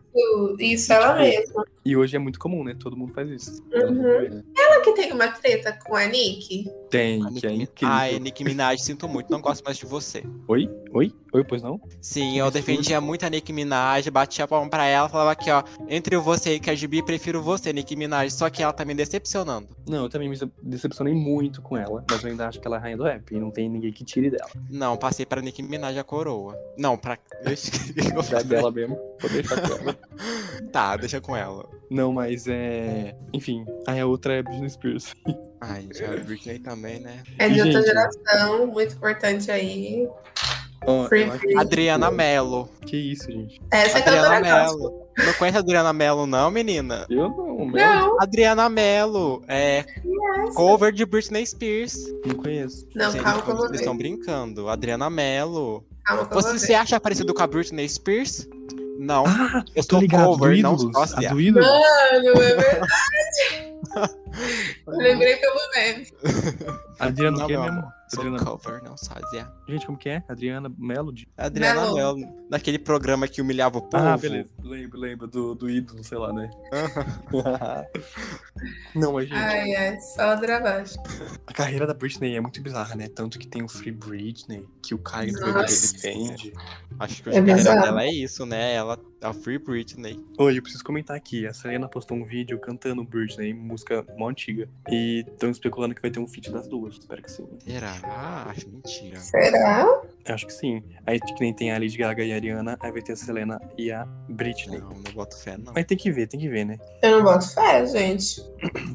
B: isso, ela mesma.
A: E hoje é muito comum, né? Todo mundo faz isso.
B: Uhum. Ela que tem uma treta com a Nick?
A: Tem,
D: A
A: que é
D: Nicki-
A: incrível.
D: Ai, Nicki Minaj, sinto muito, não gosto mais de você.
A: Oi? Oi? Oi, pois não?
D: Sim,
A: Que
D: eu
A: absurdo.
D: defendia muito a Nicki Minaj, batia palma pra ela, falava aqui, ó, entre você e KGB, prefiro você, Nicki Minaj, só que ela tá me decepcionando.
A: Não, eu também me decepcionei muito com ela, mas eu ainda acho que ela é a rainha do rap e não tem ninguém que tire dela.
D: Não, passei pra Nicki Minaj a coroa. Não, pra... Deixa...
A: Já dela mesmo, pode deixar com ela.
D: tá, deixa com ela.
A: Não, mas é. Enfim, aí a outra é Britney Spears.
D: Ai, gente, a Britney também, né?
B: É de outra
A: Gente.
B: geração, muito importante aí.
A: Ó,
B: Free
A: eu acho-
B: Britney.
D: Adriana Mello.
A: Que isso, gente?
B: Essa é a
D: Adriana
B: cantora gospel.
D: Mello. Não conhece a Adriana Mello, não, menina?
A: Eu não, meu.
B: Não,
D: Adriana Mello, é cover de Britney Spears.
A: Não conheço.
B: não,
D: Gente,
B: calma que eu vou
D: Eles
B: ver.
D: estão brincando. Adriana Mello.
B: Calma que eu vou
D: Você se
B: ver.
D: acha parecido com a Britney Spears? Não.
A: Ah,
D: eu
A: tô
D: sou
A: ligado, do
D: cover, não
A: Ídolos.
D: só se
A: A
D: acha.
A: do Ídolos?
B: Mano, é verdade. Eu Lembrei que eu vou ver.
A: Adriana
D: Não,
A: o quê
D: meu
A: mesmo?
D: amor, Sou
A: Adriana-
D: cover, não só se acha.
A: Gente, como que é? Adriana Melody?
D: Adriana
B: Mello.
D: Mello. Naquele programa que humilhava o povo.
A: Ah, beleza. Lembro, lembro do, do ídolo, sei lá, né? não, mas, gente,
B: Ai, ai, só ladeira abaixo.
A: a carreira da Britney é muito bizarra, né? Tanto que tem o Free Britney, que o Caio do
B: Nossa.
A: ele defende.
D: Acho que
B: É
D: a carreira
B: bizarro.
D: dela é isso, né? Ela, a Free Britney.
A: Oi, eu preciso comentar aqui. A Selena postou um vídeo cantando Britney, música mó antiga. E estão especulando que vai ter um feat das duas. Espero que sim.
D: Será? Ah, acho mentira.
B: Será?
A: Eu acho que sim. Aí que nem tem a Lady Gaga e a Ariana, aí vai ter a Selena e a Britney.
D: Não, não boto fé, não.
A: Mas tem que ver, tem que ver, né?
B: Eu não boto fé, gente.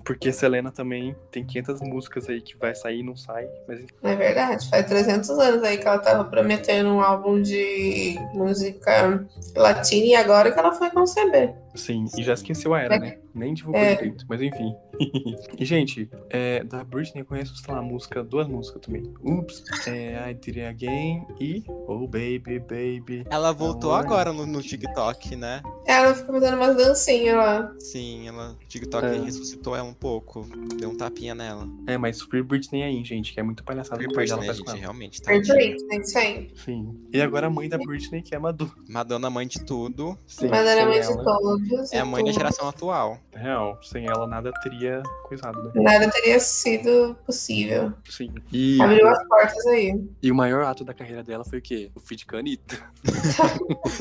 A: Porque a Selena também tem 500 músicas aí que vai sair e não sai. Mas enfim.
B: Não é verdade. Faz 300 anos aí que ela tava prometendo um álbum de música latina e agora que ela foi conceber.
A: Sim, e já esqueceu a era, né? Nem divulgou
B: É.
A: direito, mas enfim. e, gente, é, da Britney eu conheço, sei lá, música, duas músicas também. Oops, é, I Did It Again e Oh Baby, Baby.
D: Ela voltou
A: Amor.
D: agora no, no TikTok, né?
B: Ela ficou fazendo umas dancinhas lá.
D: Sim, ela, o TikTok
A: É.
D: ressuscitou ela um pouco. Deu um tapinha nela.
A: É, mas Free Britney aí, gente, que é muito palhaçada
D: Free
A: que o pai dela
D: Britney,
A: faz com
D: gente,
A: ela.
D: realmente. Tá
B: Perfeito, né? Isso aí.
A: Sim. E agora a mãe da Britney, que é a Madu.
D: Madonna mãe de tudo.
A: Sim,
B: Mas ela é
A: sem
B: mãe de
A: ela-
B: todos.
D: É a mãe da
B: tudo.
D: geração atual.
A: Real, sem ela nada teria coisado, né?
B: Nada teria sido possível.
A: Sim. E,
B: Abriu as portas aí.
A: e o maior ato da carreira dela foi o quê? O feat com a Anitta.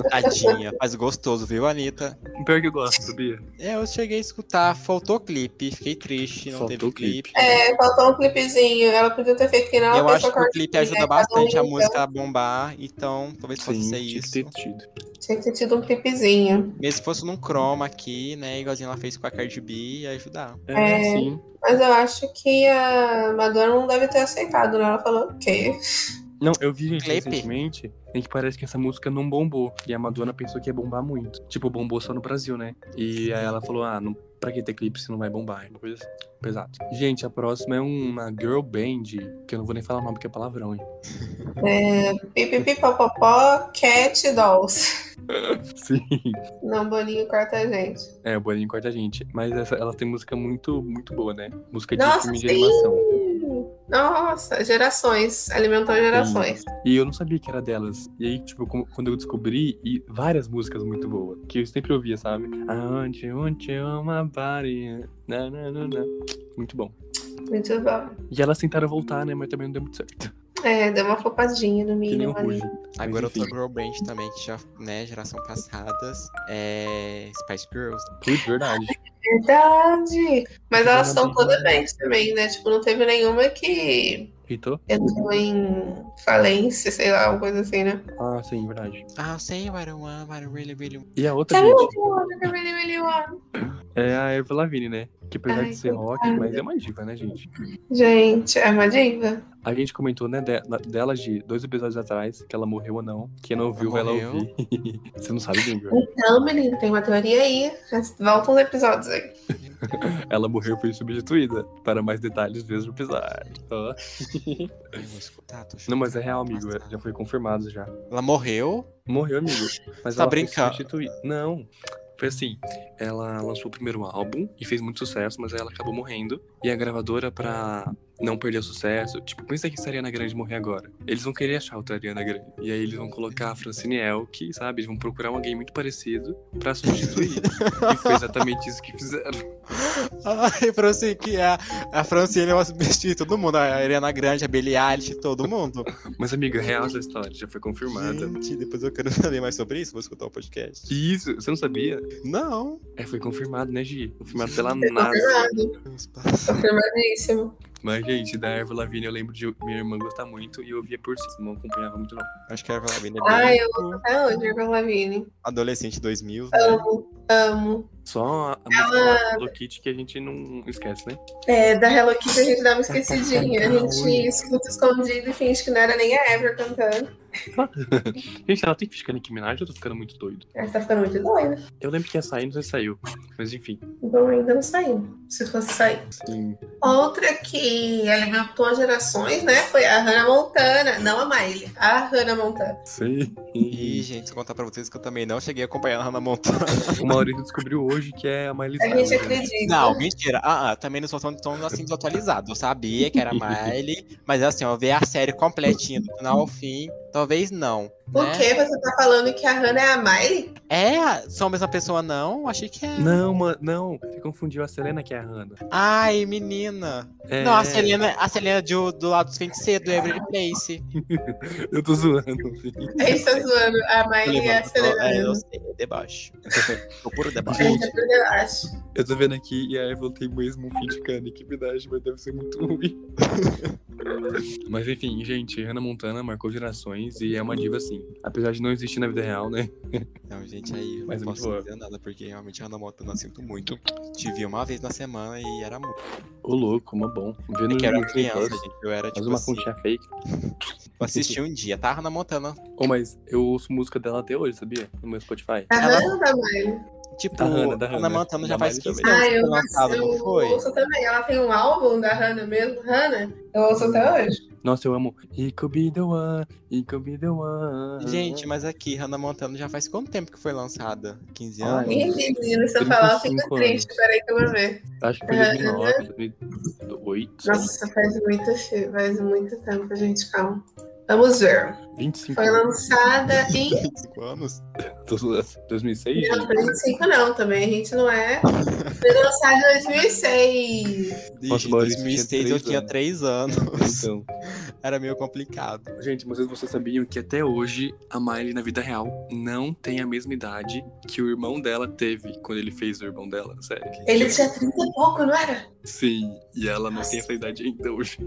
D: Tadinha. Mas gostoso, viu, Anitta? É,
A: Pior que eu gosto, sabia?
D: Eu cheguei a escutar, faltou clipe. Fiquei triste, não
A: Faltou
D: teve
A: o clipe.
D: clipe.
B: É, faltou um clipezinho. Ela podia ter feito que não.
D: Eu
B: fez
D: acho
B: só
D: que o
B: corte
D: clipe
B: de
D: ajuda
B: né,
D: bastante a
B: cada um, então,
D: música a bombar, então talvez possa
A: Sim,
D: ser
A: tinha
D: isso.
A: que ter tido.
B: Tinha que ter tido um clipezinho.
D: Mesmo se fosse num chroma aqui, né? Igualzinho ela fez com a Cardi B, ia ajudar.
A: É,
B: É.
A: sim.
B: Mas eu acho que a Madonna não deve ter aceitado, né? Ela falou, ok.
A: Não, eu vi gente
D: Clipe.
A: recentemente em que parece que essa música não bombou. E a Madonna pensou que ia bombar muito. Tipo, bombou só no Brasil, né? E aí ela falou, ah, não, pra que ter clipe se não vai bombar? É uma coisa assim. Pesado. Gente, a próxima é uma girl band, que eu não vou nem falar o nome porque é palavrão, hein?
B: Pipipipopopó, cat dolls.
A: Sim.
B: Não, Boninho corta a gente.
A: É, o
D: tipo
A: Bolinho corta a gente. Mas essa, ela tem música muito, muito boa, né? Música de
B: Nossa,
A: filme de
B: sim!
A: animação.
B: Nossa, gerações. Alimentou gerações.
A: E eu não sabia que era delas. E aí, tipo, com- quando eu descobri, e várias músicas muito boas, que eu sempre ouvia, sabe? Aonde, onde, uma né, party. Na, na, na, na. Muito bom.
B: Muito bom.
A: E elas tentaram voltar, né? Mas também não deu muito certo.
B: É, deu uma flopadinha no
A: Que nem o
B: mínimo ali.
A: Ruge.
D: Agora
A: enfim.
D: outra girl band também, que já, né, geração passadas, é Spice Girls.
A: Putz, verdade.
B: Verdade. Mas
A: Fica
B: elas
A: na
B: são
A: bunda.
B: todas bem também, né? Tipo, não teve nenhuma que
A: Fitou?
B: entrou em falência, sei lá, uma coisa assim, né?
A: Ah, sim, verdade.
D: Ah, eu sei, I don't want, I don't really, really want.
A: E a outra,
B: Sabe
A: gente,
B: outra que eu really, really want?
A: é a Avril Lavigne, né? Que apesar
B: Ai,
A: de ser rock,
B: coitada.
A: mas é uma diva, né, gente?
B: Gente, é uma diva?
A: A gente comentou, né, de- na- dela de dois episódios atrás, que ela morreu ou não. Quem não ouviu, vai lá
D: morreu.
A: ouvir. Você não sabe, Ginger.
B: Não, Então, menino, tem uma teoria aí. Volta uns episódios aí.
A: Ela morreu e foi substituída. Para mais detalhes, veja o episódio. Ó.
D: Eu vou escutar, tô
A: Não, mas é
D: chocado.
A: real, amigo.
D: Passado.
A: Já foi confirmado já.
D: Ela morreu?
A: Morreu, amigo. Mas
D: Tá
A: ela foi
D: brincando.
A: substituída. Não. Foi assim, ela lançou o primeiro álbum e fez muito sucesso, mas aí ela acabou morrendo. E a gravadora, pra não perder o sucesso, tipo, pensa que se a Ariana Grande morrer agora. Eles vão querer achar outra Ariana Grande. E aí eles vão colocar a Francine Elke, sabe? Eles vão procurar um alguém muito parecido pra substituir. e foi exatamente isso que fizeram.
D: Ai, Francine, que a, a Francine vai substituir todo mundo. A Ariana Grande, a Billie Eilish, todo mundo.
A: Mas, amiga, é real essa história, já foi confirmada.
D: Gente, depois eu quero saber mais sobre isso, vou escutar o podcast.
A: E Isso, você não sabia?
D: Não.
A: É, foi confirmado, né, Gi? Confirmado pela
B: Foi
A: NASA.
B: confirmado.
D: Vamos passar.
B: Confirmadíssimo.
A: Mas, gente, da Erva Lavigne eu lembro de minha irmã gostar muito e eu via por cima, não acompanhava muito não.
D: Acho que a Avril Lavigne é
B: Ai,
D: branco,
B: Até hoje, Avril Lavigne.
D: adolescente 2000, né?
B: Amo, amo.
A: Só a a música lá do Hello Kitty que a gente não esquece, né?
B: É, da Hello Kitty a gente dá uma
A: Tá
B: esquecidinha. A gente escuta escondido e finge que não era nem a Ever cantando.
A: Gente, ela tem que ficar Nicki Minaj, eu tô ficando muito doido.
B: Ela tá ficando muito doida.
A: Eu lembro que ia sair, não sei se saiu. Mas enfim,
B: Então ainda não saiu. Se fosse sair.
A: assim,
B: Outra que alimentou gerações, né? Foi a Hannah Montana. Não a Miley, a Hannah Montana.
A: sim.
D: Ih, gente, se eu contar pra vocês que eu também não cheguei a acompanhar a Hannah Montana.
A: O Maurício descobriu hoje que é a Miley
B: A gente
A: Cyrus. né?
B: acredita.
D: Ah, Não, mentira. Ah, ah, também não sou tão, tão assim desatualizado. Eu sabia que era Miley, mas assim, eu ver a série completinha do final ao fim, talvez não.
B: Por
D: né?
B: que você tá falando que a Hannah é a Miley?
D: É, são a mesma pessoa, não? Achei que é.
A: Não, mano, não. Você confundiu a Selena que é a Hannah.
D: Ai, menina.
A: É,
D: Não, a Selena, a Selena do, do lado dos feiticeiros, do Every Place.
A: Eu tô zoando, assim.
B: A gente tá zoando. A
D: Eu
B: Miley é a
D: levanto- é, eu
B: Selena. é
D: sei, é debaixo. Eu puro debaixo.
A: Gente,
B: Eu acho.
A: Eu tô vendo aqui e a Evelyn tem mesmo um feed com a Nicki Minaj, mas deve ser muito ruim. mas enfim, gente, Hannah Montana marcou gerações e é uma diva assim. Apesar de não existir na vida real, né?
D: Não, gente, aí eu
A: Mas é
D: não
A: muito
D: posso
A: boa.
D: dizer nada, porque realmente a Ana Montana assim, sinto muito. Te vi uma vez na semana e era muito.
A: Ô louco, uma bom. Vendo
D: É que eu
A: no
D: era
A: Disney
D: criança,
A: Plus,
D: gente. Eu era
A: Hum, Faz
D: tipo
A: uma
D: assim.
A: continha fake.
D: Eu assisti um dia, tá? Hannah Montana.
A: Oh, mas eu ouço música dela até hoje, sabia? No meu Spotify.
B: A
D: Ela-
B: Hannah da Miley.
D: Tipo,
A: Da Hannah, da
D: Hannah,
A: Hannah.
D: Montana já
A: Da
D: faz
A: Miley
D: 15 anos
B: Ah,
D: que
B: eu,
D: foi lançada, não
B: eu
D: foi?
B: ouço também. Ela tem um álbum da Hannah mesmo. Hannah, eu ouço até hoje.
A: Nossa, eu amo. It could be the one, it could be the one.
D: Gente, mas aqui, Hannah Montana já faz quanto tempo que foi lançada? 15
A: Ai,
D: anos?
B: Ih, menina, se eu falar, eu fico
A: 35
B: triste. Peraí que eu vou ver.
A: acho
D: é,
A: que foi 2009, 2008, sei lá.
B: Nossa, faz muito, fi- faz muito tempo, gente. Calma. Vamos ver.
A: 25
B: Foi
A: anos.
B: lançada em
D: 25 anos?
A: Tô zoando. 2006?
B: Não,
A: gente?
B: 2005 não, também a gente não é. Foi lançada em 2006.
D: Ixi, Em
A: Maurício,
D: 2006
A: tinha
D: eu tinha 3 anos.
A: Então.
D: Era meio complicado.
A: Gente, mas vocês sabiam que até hoje a Miley na vida real não tem a mesma idade que o irmão dela teve quando ele fez o irmão dela, sério.
B: Ele tinha 30 e pouco, não era?
A: Sim, e ela não tem essa idade ainda hoje.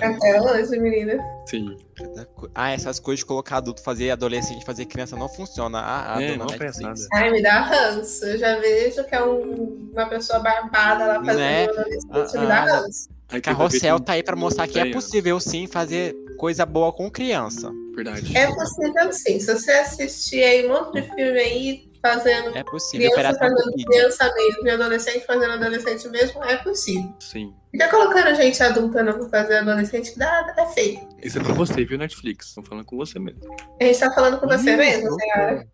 B: Até hoje, menina.
A: Sim.
D: Cada co- Ah, essas coisas de colocar adulto, fazer adolescente, fazer criança não funciona. Ah, ah,
A: É,
D: dona
A: mó
D: Netflix.
A: palhaçada.
B: Ai, me dá ranço. Eu já vejo que é um- uma pessoa barbada lá fazendo
D: Né?
B: adolescente,
D: Ah,
B: me dá
D: ah,
B: ranço.
A: Aí teve a
D: Carrossel
A: Beyoncé-
D: tá aí pra mostrar que é
A: Tem, ó.
D: possível sim fazer coisa boa com criança.
A: Verdade.
B: É possível sim. Se você assistir aí um monte de filme aí fazendo
D: É possível.
B: criança
D: Operação
B: fazendo
D: Covid.
B: criança mesmo e adolescente fazendo adolescente mesmo, é possível.
A: Sim.
B: Fica colocando gente adulta não pra fazer adolescente, que dá, é feio.
A: Isso é pra você, viu, Netflix? Tô falando com você mesmo.
B: A gente tá falando com você
D: Ih,
B: mesmo,
D: louco.
B: senhora.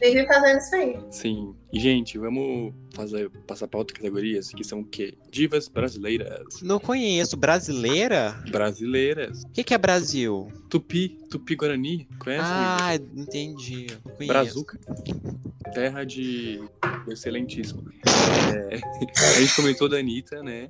B: Ninguém fazendo isso aí.
A: Sim. E, gente, vamos fazer, passar pra outras categorias, que são o quê? Divas brasileiras.
D: Não conheço. Brasileira?
A: Brasileiras.
D: O que, que é Brasil?
A: Tupi, Tupi-Guarani. Conhece?
D: Ah, entendi. Não conheço.
A: Brazuca. Terra de. do Excelentíssimo. É, a gente comentou da Anitta, né?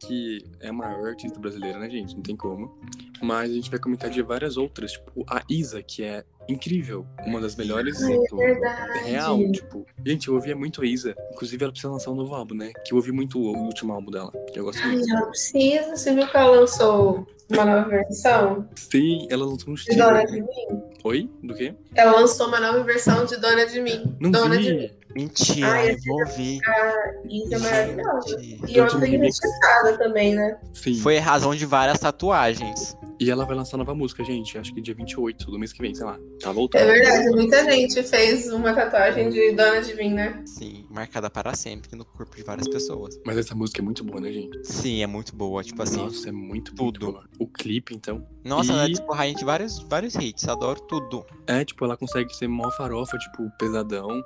A: Que é a maior artista brasileira, né, gente? Não tem como. Mas a gente vai comentar de várias outras, tipo a Isa, que é incrível. Uma das melhores
B: Ai,
A: do
B: É verdade.
A: real. Tipo, gente, eu ouvia muito a Isa. Inclusive, ela precisa lançar um novo álbum, né? Que eu ouvi muito o último álbum dela. Que eu gosto
B: Ai,
A: muito.
B: ela precisa. Você viu que ela lançou uma nova versão
A: Sim, ela lançou um
B: de Dona
A: teaser.
B: de Mim?
A: Oi? Do quê?
B: Ela lançou uma nova versão de Dona de Mim.
A: Não
B: Dona
A: vi.
B: de Mim.
D: Mentira,
B: Ai,
D: eu vou ouvir.
B: Isso é maravilhoso.
D: Gente.
B: E
A: Dona de
B: ontem
A: Mim.
B: identificada também, né?
A: Sim.
D: Foi a razão de várias tatuagens.
A: E ela vai lançar nova música, gente. Acho que dia 28 do mês que vem, sei lá. Tá
B: É
A: voltando.
B: verdade, muita gente fez uma tatuagem de Dona de Mim, né?
D: Sim, marcada para sempre no corpo de várias pessoas.
A: Mas essa música é muito boa, né, gente?
D: Sim, é muito boa. Tipo assim. Nossa,
A: Nossa, é muito, muito
D: Tudo.
A: boa. O clipe, então.
D: ela é
A: E-
D: tipo rainha de vários, vários hits. Adoro tudo.
A: É, tipo, ela consegue ser mó farofa, tipo, pesadão. Tem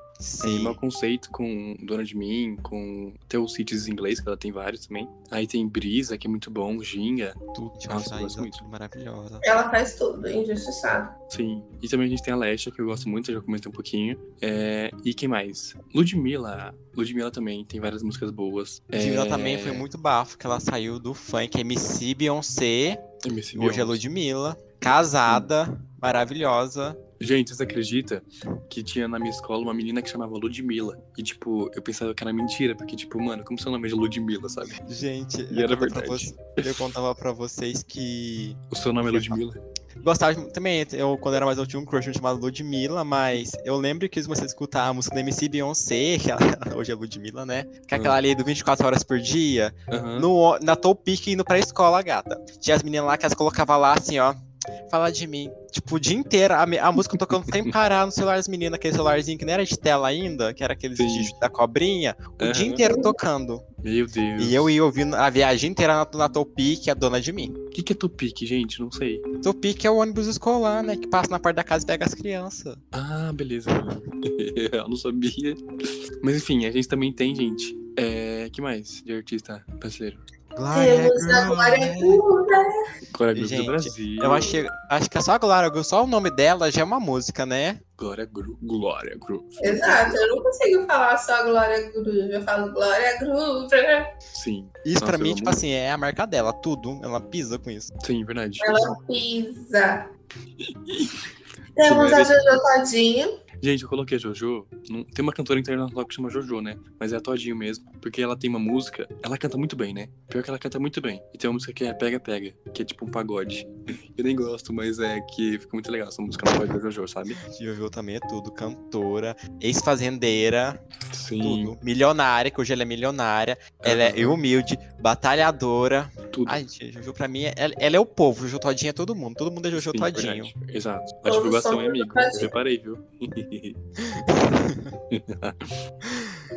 D: Sim.
A: meu conceito com Dona de Mim, com Teu Cities em inglês, que ela tem vários também. Aí tem Brisa, que é muito bom, Ginga,
D: Tudo. Gente,
A: Nossa,
D: eu
A: eu
D: acho
A: gosto
D: a Isa
A: muito.
D: tudo maravilhosa.
B: Ela faz tudo, é injustiçada.
A: sim. E também a gente tem a Lesha, que eu gosto muito, eu já comentei um pouquinho. É, E quem mais? Ludmilla. Ludmilla também tem várias músicas boas. É,
D: Ludmilla também foi muito bafo, que ela saiu do funk MC Beyoncé.
A: MC
D: Hoje é
A: Beyoncé.
D: Ludmilla. Casada, maravilhosa.
A: Gente, vocês acreditam que tinha na minha escola uma menina que chamava Ludmilla? E, tipo, eu pensava que era mentira, porque, tipo, mano, como seu nome é de Ludmilla, sabe?
D: Gente,
A: E era
D: eu, contava pra
A: verdade.
D: vo- eu contava pra vocês que.
A: O seu nome é Ludmilla?
D: Gostava de- também, eu quando era mais novo tinha um crush chamado Ludmilla, mas eu lembro que eu comecei a escutar a música da MC Beyoncé, que ela- hoje é Ludmilla, né? Que é aquela ali do 24 horas por dia,
A: Aham.
D: no, na Top Pick indo pra escola, gata. Tinha as meninas lá que elas colocavam lá assim, ó, fala de mim. Tipo, o dia inteiro, a, me- a música tocando sem parar no celular das meninas, aquele celularzinho que não era de tela ainda, que era aquele
A: Sim.
D: de- da cobrinha, o dia
A: Aham.
D: inteiro tocando.
A: Meu Deus.
D: E eu ia ouvindo a viagem inteira na, na Topic, a dona de mim.
A: O que, que é Tupic, gente? Não sei.
D: Topic é o ônibus escolar, né? Que passa na porta da casa e pega as crianças.
A: Ah, beleza. eu não sabia. Mas, enfim, a gente também tem, gente. É. que mais de artista brasileiro? é
B: Temos a
A: né?
B: Glória Groove.
A: Glória Groove
D: Gente,
A: do Brasil.
D: Eu achei, acho que é só a Glória Groove, só o nome dela já é uma música, né?
A: Glória Groove. Glória Groove.
B: Exato, eu não consigo falar só Glória Groove. Eu falo Glória Groove.
A: Sim.
D: Isso
A: Nossa,
D: pra mim,
A: eu
D: tipo
A: amo.
D: assim, é a marca dela, tudo. Ela pisa com isso.
A: Sim, verdade.
B: Ela pisa. Temos a Jojo Todinho.
A: Gente, eu coloquei a Jojo. não- Tem uma cantora internacional que chama Jojo, né? Mas é a Todinho mesmo. Porque ela tem uma música. Ela canta muito bem, né? Pior que ela canta muito bem. E tem uma música que é Pega Pega, que é tipo um pagode. Eu nem gosto, mas é que fica muito legal essa música no pagode da Jojo, sabe?
D: Jojo também é tudo. Cantora, ex-fazendeira,
A: Sim.
D: tudo. Milionária, que hoje ela é milionária. Ela é humilde, batalhadora.
A: Tudo.
D: Ai, gente, Jojo pra mim, é- ela, ela é o povo. Jojo Todinho é todo mundo. Todo mundo é Jojo
A: Sim,
D: Todinho.
A: verdade. Exato. A
B: Todos
A: divulgação
B: são
A: é amigo.
B: Todinho.
A: Eu reparei, viu?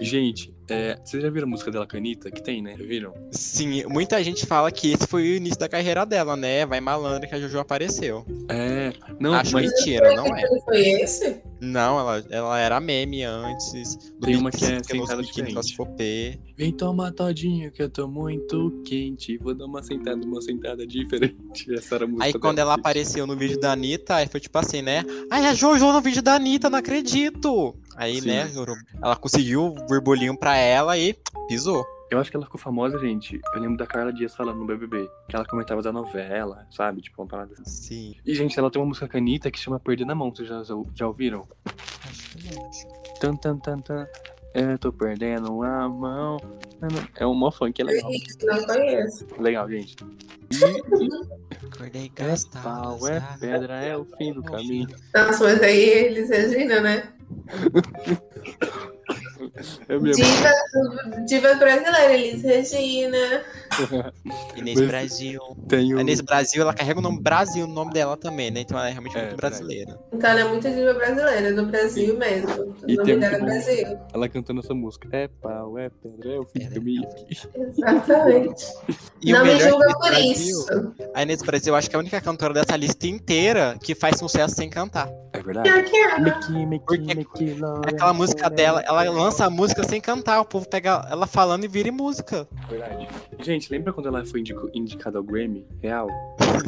A: Gente, é, vocês já viram a música dela com a Anitta? Que tem, né? Já viram?
D: Sim, muita gente fala que esse foi o início da carreira dela, né? Vai malandra que a Jojo apareceu.
A: É. Não,
D: Acho
A: mas
D: mentira, não é.
B: Que foi esse?
D: Não, ela, ela era meme antes. Do
A: Tem uma que é
D: pelos
A: sentada
D: biquíni que ela se
A: diferente.
D: for pé.
A: Vem tomar todinho que eu tô muito quente. Vou dar uma sentada, uma sentada diferente. Essa era a música
D: Aí quando
A: dela,
D: ela
A: gente.
D: apareceu no vídeo da Anitta, aí foi tipo assim, né? Ai, a Jojo no vídeo da Anitta, não acredito! Aí,
A: Sim.
D: né, Jojo, ela conseguiu o burbulinho pra ela e pisou.
A: Eu acho que ela ficou famosa, gente. Eu lembro da Carla Dias falando no BBB. Que ela comentava da novela, sabe? Tipo, uma parada assim.
D: Sim.
A: E, gente, ela tem uma música canita que chama Perder na Mão. Vocês já, já ouviram?
D: Acho que não.
A: Tan, tan, tan, tan. Eu tô perdendo a mão. É um mó funk, é legal.
B: Não conheço.
A: Legal, gente.
D: Acordei ah.
A: É
D: gastado.
A: pau, é pedra, é o fim do caminho.
B: Nossa, mas aí eles Regina, né?
A: É mesmo.
B: Diva, diva brasileira, Elis Regina.
D: Inês
A: Mas-
D: Brasil.
A: Tem o...
D: A Inês Brasil, ela carrega o nome Brasil no nome dela também, né? Então ela é realmente
A: É,
D: muito
A: verdade.
D: brasileira.
B: Então ela é muito diva brasileira, do Brasil mesmo. O
A: E
B: nome
A: tem
B: dela é
A: muito-
B: Brasil.
A: Ela cantando essa música. É pau, não é Pedro, é o filho do Mickey.
B: Exatamente.
D: E
B: não
D: o
B: me
D: melhor
B: julga
D: é que
B: por
D: nesse
B: isso.
D: Brasil- A Inês Brasil, eu acho que é a única cantora dessa lista inteira que faz sucesso sem cantar.
A: É verdade?
B: Pior que é, né?
A: Mickey, Mickey,
D: Porque
A: Mickey, Laura.
D: É aquela música dela, ela lança a música sem cantar, o povo pega ela falando e vira em música.
A: É Verdade. Gente, lembra quando ela foi indico- indicada ao Grammy? Real?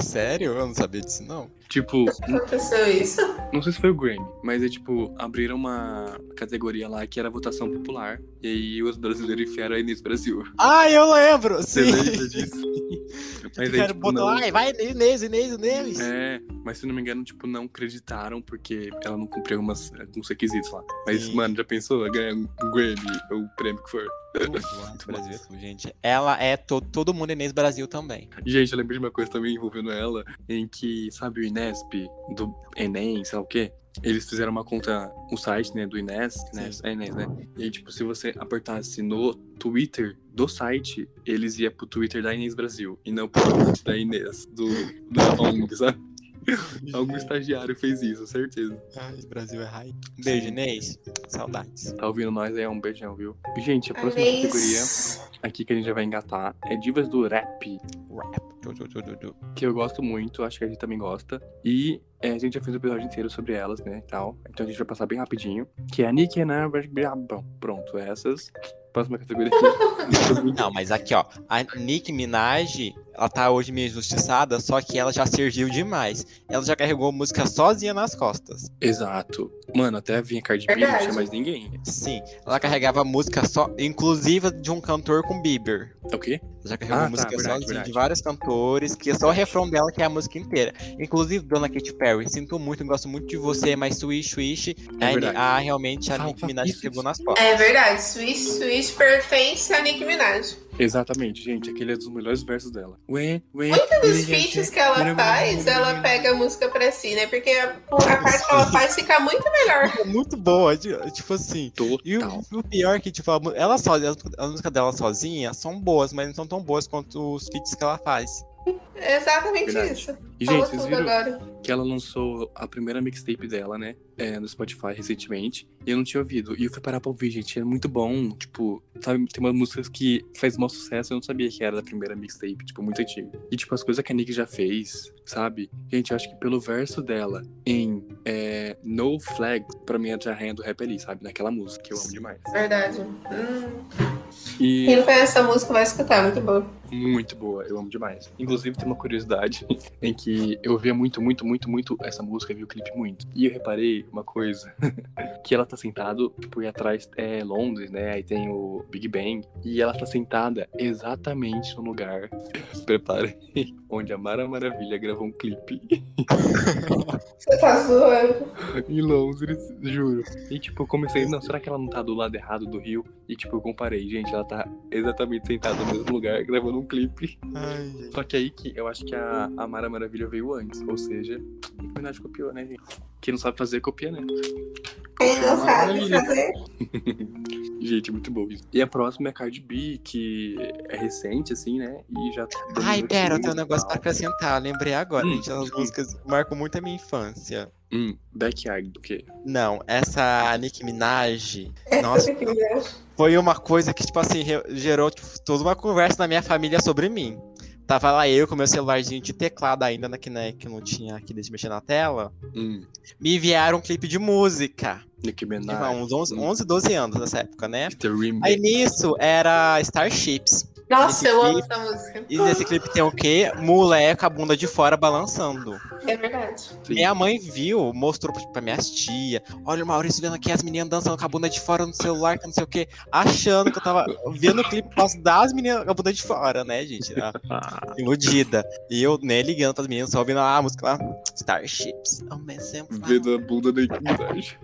D: Sério? Eu não sabia disso, não.
A: Tipo,
B: Aconteceu isso.
A: Não sei se foi o Grammy, mas é tipo, abriram uma categoria lá que era votação popular. E aí os brasileiros enfiaram a Inês Brasil.
D: Ah, eu lembro!
A: Você
D: Sim!
A: lembra disso? Mas aí,
D: Cara,
A: tipo,
D: botou,
A: não.
D: Ai, vai, Inês, Inês, Inês!
A: É, mas se não me engano, tipo, não acreditaram porque ela não cumpriu umas, alguns requisitos lá. Mas,
D: Sim.
A: mano, já pensou? Ela ganha um Grammy, ou o prêmio que for.
D: Tudo, lá no Brasil é tudo, gente. Ela é to- todo mundo é Inês Brasil também.
A: Gente, eu lembrei de uma coisa também envolvendo ela, em que, sabe, o Inesp, do Enem, sei lá o quê? Eles fizeram uma conta, um site, né, do Ines, Ines, é Ines, né? E aí, tipo, se você apertasse no Twitter do site, eles iam pro Twitter da Inês Brasil, e não pro Twitter da Inês, do, da ONG, sabe? Algum estagiário fez isso, certeza.
D: Ai, Brasil é raio. Beijo,
A: Sim.
D: Inês. Saudades.
A: Tá ouvindo nós aí, é um beijão, viu? Gente, a próxima categoria
B: Alice.
A: aqui que a gente já vai engatar é divas do rap.
D: Rap. Du, du, du, du, du.
A: que eu gosto muito, acho que a gente também gosta. E é, a gente já fez o episódio inteiro sobre elas, né, e tal. Então a gente vai passar bem rapidinho. Que é a Nick and Amber Brabão. Pronto, essas. Próxima categoria aqui.
D: Não, mas aqui, ó. A Nick Minaj, ela tá hoje meio injustiçada, só que ela já serviu demais. Ela já carregou música sozinha nas costas.
A: Exato. Mano, até vinha Cardi B, não
B: Verdade.
A: tinha mais ninguém.
D: Sim, ela carregava música só, inclusive de um cantor com Bieber.
A: É O quê?
D: Ela Já carregou
A: Ah, tá,
D: música
A: verdade,
D: sozinha
A: verdade.
D: de vários cantores, que é só o refrão dela que é a música inteira. Inclusive, Dona Katy Perry, sinto muito, gosto muito de você, mas Swish Wish,
A: É
D: a-
A: verdade.
D: a, realmente a
A: Fala,
D: Nicki
A: fala,
D: Minaj
A: isso,
D: pegou
A: isso.
D: nas costas.
B: É verdade. Switch, Switch pertence a Nicki Minaj.
A: Exatamente, gente. Aquele é um dos melhores versos dela. Ué, ué.
B: Os feats que ela faz, ela pega a música pra si, né? Porque a, a parte que ela faz fica muito melhor.
D: É muito boa, de- tipo assim. E o,
A: Total.
D: o pior é que, tipo, a mu- ela sozinha, as, as músicas dela sozinha são boas, mas não são tão boas quanto os feats que ela faz.
B: É exatamente
A: Verdade.
B: isso.
A: E,
B: Falou
A: gente, vocês
B: tudo
A: viram
B: agora.
A: que ela lançou a primeira mixtape dela, né? é, no Spotify recentemente. E eu não tinha ouvido. E eu fui parar pra ouvir, gente. É muito bom. Tipo, sabe, tem umas músicas que faz mau sucesso. Eu não sabia que era da primeira mixtape, tipo, muito antiga. E, tipo, as coisas que a Nick já fez, sabe? Gente, eu acho que pelo verso dela em é, No Flag, pra mim é a rainha do rap ali, sabe? Naquela música que eu amo demais.
B: Verdade. Hum.
A: E
B: Quem não conhece essa música vai escutar, muito boa.
A: Muito boa, eu amo demais. Inclusive, tem uma curiosidade em que eu via muito, muito, muito, muito essa música, vi o clipe muito. E eu reparei uma coisa: que ela tá sentada, tipo, e atrás é Londres, né? Aí tem o Big Bang. E ela tá sentada exatamente no lugar, se preparem, onde a Mara Maravilha gravou um clipe
B: Você tá zoando.
A: em Londres, juro. E, tipo, eu comecei, não, será que ela não tá do lado errado do rio? E, tipo, eu comparei, gente, ela tá exatamente sentada no mesmo lugar gravando um clipe.
D: Ai, gente.
A: Só que aí que eu acho que a, a Mara Maravilha veio antes, ou seja, Nicki Minaj copiou, né, gente? Quem não sabe fazer, copia, né?
B: Quem não sabe
A: Maravilha.
B: fazer.
A: Gente, muito bom isso. E a próxima é a Cardi B, que é recente, assim, né? E já.
D: Ai,
A: dominou
D: pera, eu tenho um
A: tudo e
D: negócio pra
A: tal.
D: acrescentar. Lembrei agora,
A: Hum,
D: gente. As
A: hum.
D: músicas marcam muito a minha infância.
A: Hum, backyard do quê?
D: Não, essa Nicki Minaj. Nossa,
B: Essa Nicki Minaj.
D: foi uma coisa que, tipo assim, re- gerou tipo, toda uma conversa na minha família sobre mim. Tava lá eu com meu celularzinho de teclado ainda, né, que, né, que não tinha aqui de mexer na tela.
A: Hum,
D: Me enviaram um clipe de música.
A: Nicki
D: Tipo,
A: Minaj.
D: há uns 11,
A: hum.
D: 11, 12 anos nessa época, né?
A: Mr. Remix.
D: Aí nisso era Starships.
B: Nossa, eu amo
D: Esse
B: essa música.
D: E nesse clipe tem o quê? Moleque, a bunda de fora balançando.
B: É verdade.
A: Sim.
D: Minha mãe viu, mostrou pra- pra minhas tia. Olha o Maurício vendo aqui as meninas dançando com a bunda de fora no celular, que não sei o quê. Achando que eu tava vendo o clipe por causa das meninas com a bunda de fora, né, gente? Ah,
A: Ah,
D: iludida. E eu, né, ligando pras meninas, só ouvindo a música lá. Starships, ao mesmo tempo.
A: vendo a bunda da Nicki Minaj.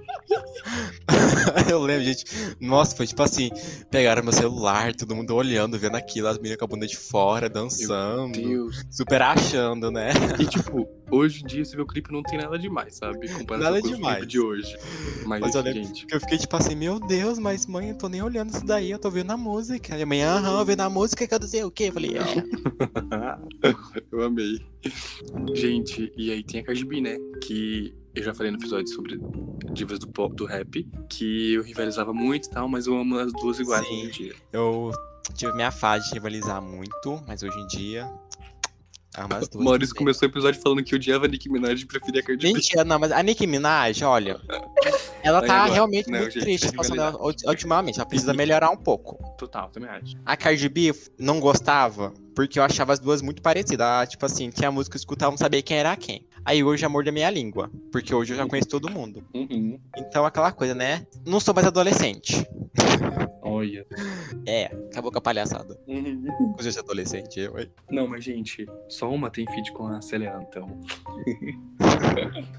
D: Eu lembro, gente. Nossa, foi tipo assim: pegaram meu celular, todo mundo olhando, vendo aquilo, as meninas com a bunda de fora,
A: Meu
D: dançando.
A: Deus.
D: Super achando, né?
A: E, tipo, hoje em dia você vê o clipe não tem nada demais, sabe? Comparado
D: Nada
A: com o clipe
D: demais.
A: de hoje. Mas,
D: Mas olha-
A: gente.
D: Eu fiquei tipo assim, meu Deus, mas mãe, eu tô nem olhando isso daí, eu tô vendo a música. E a mãe, aham, vendo a música que eu não sei o quê. Eu falei, é.
A: Ah, Eu amei. Gente, e aí tem a Cardi B, né? Que eu já falei no episódio sobre divas do pop, do rap, que eu rivalizava muito e tal, mas eu amo as duas iguais
D: Sim.
A: hoje em dia.
D: Eu tive minha fase de rivalizar muito, mas hoje em dia. Amo as duas.
A: Maurício
D: também.
A: começou o episódio falando que odiava Nicki Minaj e preferia a Cardi B.
D: Mentira, não, mas a Nicki Minaj, olha. Ela
A: Aí
D: tá
A: agora.
D: realmente
A: Não,
D: muito
A: né, gente,
D: triste a
A: tem que
D: situação dela ulti- ultimamente. Ela precisa melhorar um pouco.
A: Total, também acho.
D: A Cardi B não gostava, porque eu achava as duas muito parecidas. Ah, Tipo assim, tinha música que eu escutava, não sabia quem era quem. Aí hoje é amor da minha língua, porque hoje eu já conheço todo mundo.
A: Uhum.
D: Então aquela coisa, né? Não sou mais adolescente.
A: Olha.
D: É, acabou com a palhaçada.
A: Uhum.
D: Hoje eu sou adolescente, eu, hein?
A: Não, mas gente, só uma tem feed com a Selena, então.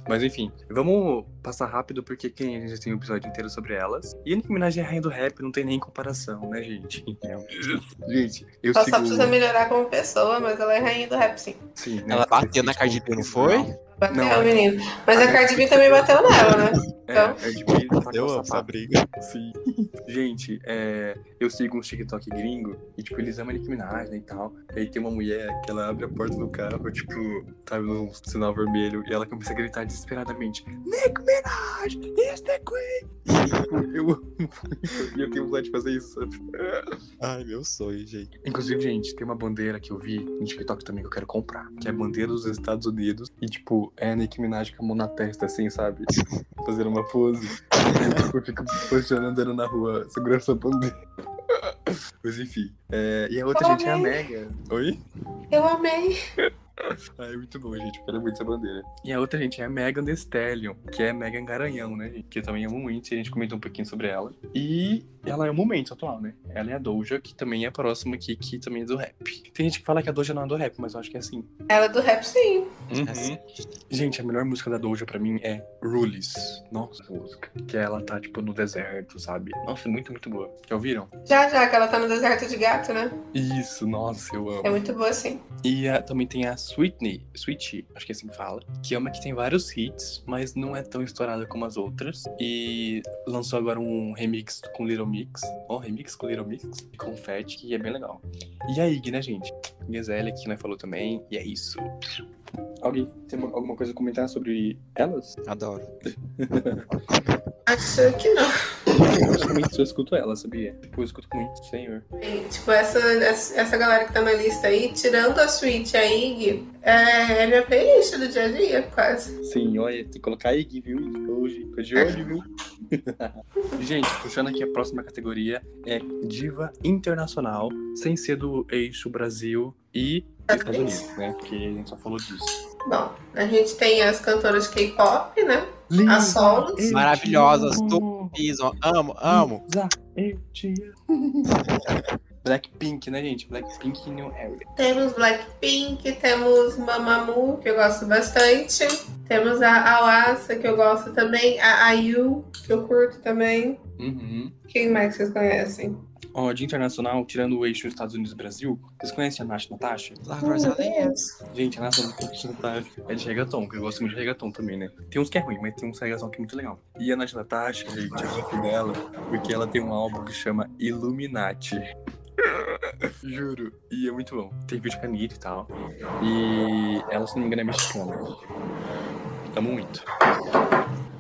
A: mas enfim, vamos passar rápido porque quem a gente já tem um episódio inteiro sobre elas. E a Nicki Minaj é a rainha do rap, não tem nem comparação, né, gente? gente, eu
B: Ela
A: sigo...
B: só precisa melhorar como pessoa, mas ela é rainha do rap, sim.
A: Sim, né,
D: Ela bateu na
A: feat com
D: Cardi B, não
A: Chris
D: foi?
A: Brown.
B: Bateu,
A: Não, é-
B: menino. Mas
A: a
B: a Cardi B também bateu nela, né?
A: É,
B: Então.
A: Cardi B tá com
D: Eu amo
A: sapato.
D: essa briga.
A: Sim. Gente, é, eu sigo um TikTok gringo e, tipo, eles amam a Nicki Minaj, né, e tal. Aí tem uma mulher que ela abre a porta do carro, tipo, sabe, num sinal vermelho, e ela começa a gritar desesperadamente: Nicki Minaj, is the queen! E, tipo, eu amo muito, e eu tenho vontade de fazer isso, sabe?
D: Ai, meu sonho, gente.
A: Inclusive, gente, tem uma bandeira que eu vi no TikTok também que eu quero comprar, que é a bandeira dos Estados Unidos, e, tipo, é a Nicki Minaj com a mão na testa, assim, sabe? Fazendo uma pose. Eu, tipo, fico posicionando andando na rua, segurando essa bandeira. Mas enfim. é, E a outra, gente, é a Mega. Oi?
B: Eu amei.
A: Ah, é muito bom, gente. Eu quero muito essa bandeira. E a outra, gente, é a Megan Thee Stallion, que é Megan Garanhão, né, gente? Que eu também amo muito, e a gente comentou um pouquinho sobre ela. E ela é o momento atual, né? Ela é a Doja, que também é a próxima aqui, que também é do rap. Tem gente que fala que a Doja não é do rap, mas eu acho que é assim.
B: Ela é do rap, sim.
A: Uhum. É
D: Assim,
A: Gente, a melhor música da Doja pra mim é Rules. Nossa, essa música. Que ela tá, tipo, no deserto, sabe? Nossa, é muito, muito boa. Já ouviram?
B: Já, já, que ela tá no deserto de gato, né?
A: Isso, nossa, eu
B: É
A: amo.
B: muito boa, sim.
A: E ah, também tem a Sweetney, Sweetie, acho que é assim que fala, que é uma que tem vários hits, mas não é tão estourada como as outras. E lançou agora um remix com Little Mix, ó, remix com Little Mix, e Confete, que é bem legal. E a Ig, né, gente? Gazelle, que nós falou também, e é isso. Alguém tem uma- alguma coisa a comentar sobre elas?
D: Adoro.
B: Acho que não.
A: Eu basicamente só escuto ela, sabia? Tipo, eu escuto muito, senhor.
B: E, tipo, essa, essa essa galera que tá na lista aí, tirando a suíte, a Ig, é, é minha playlist do dia a dia, quase.
A: Sim, olha, tem que colocar aí, Gui, viu? Hoje, tô de olho, viu? Gente, puxando aqui a próxima categoria, é diva internacional, sem ser do eixo Brasil e Estados Unidos, né? Porque a gente só falou disso.
B: Bom, a gente tem as cantoras de K-pop, né?
A: Linda,
B: As solos.
D: Maravilhosas,
A: eu te
D: tu-
A: amo,
D: Pisam, amo, amo.
A: Isa, eu te amo. Blackpink, né, gente? Blackpink e New Area.
B: Temos Blackpink, temos Mamamoo, que eu gosto bastante. Temos a Awasa, que eu gosto também. A IU, que eu curto também.
A: Uhum.
B: Quem mais que vocês conhecem?
A: Ó, de internacional, tirando o eixo Estados Unidos e Brasil, vocês conhecem a Nath Natasha?
D: Lá, Rosalém.
A: Gente, a Nath Natasha é de reggaeton, que eu gosto muito de reggaeton também, né? Tem uns que é ruim, mas tem uns reggaeton que é muito legal. E a Nath Natasha, gente, eu gosto dela, porque ela tem um álbum que chama Illuminati. Juro. E é muito bom. Tem vídeo com a Anitta e tal. E ela, se não me engano, é mexicana. Amo muito.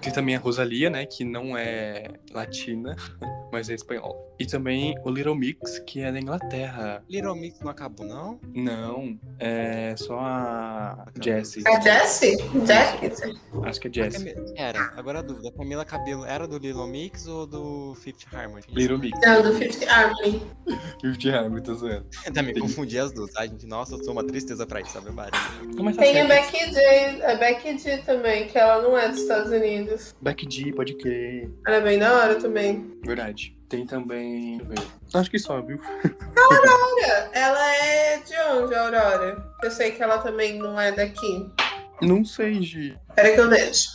A: Tem também a Rosalia, né? Que não é latina, mas é espanhola. E também o Little Mix, que é da Inglaterra.
D: Little Mix não acabou, não?
A: Não, é só a Jessie.
B: É A Jessie? Jessie?
A: Acho que é Jessie.
D: Era, agora a dúvida. Camila Cabelo era do Little Mix ou do Fifth Harmony?
A: Little Mix.
B: Não, do Fifth Harmony.
A: Fifty Harmony, tô zoando.
D: Também confundi as duas, tá, gente? Nossa, eu sou uma tristeza pra isso, sabe, Mari?
A: Mas tá
B: Tem a
A: certo.
B: Becky G, a Becky G também, que ela não é dos Estados Unidos.
A: Back D, pode crer.
B: Ela é bem da hora também.
A: Verdade. Tem também. deixa eu ver. Acho que só, viu?
B: Olha, ela é de onde, a Aurora? Eu sei que ela também não é daqui.
A: Não sei, Gi.
B: Pera que eu vejo.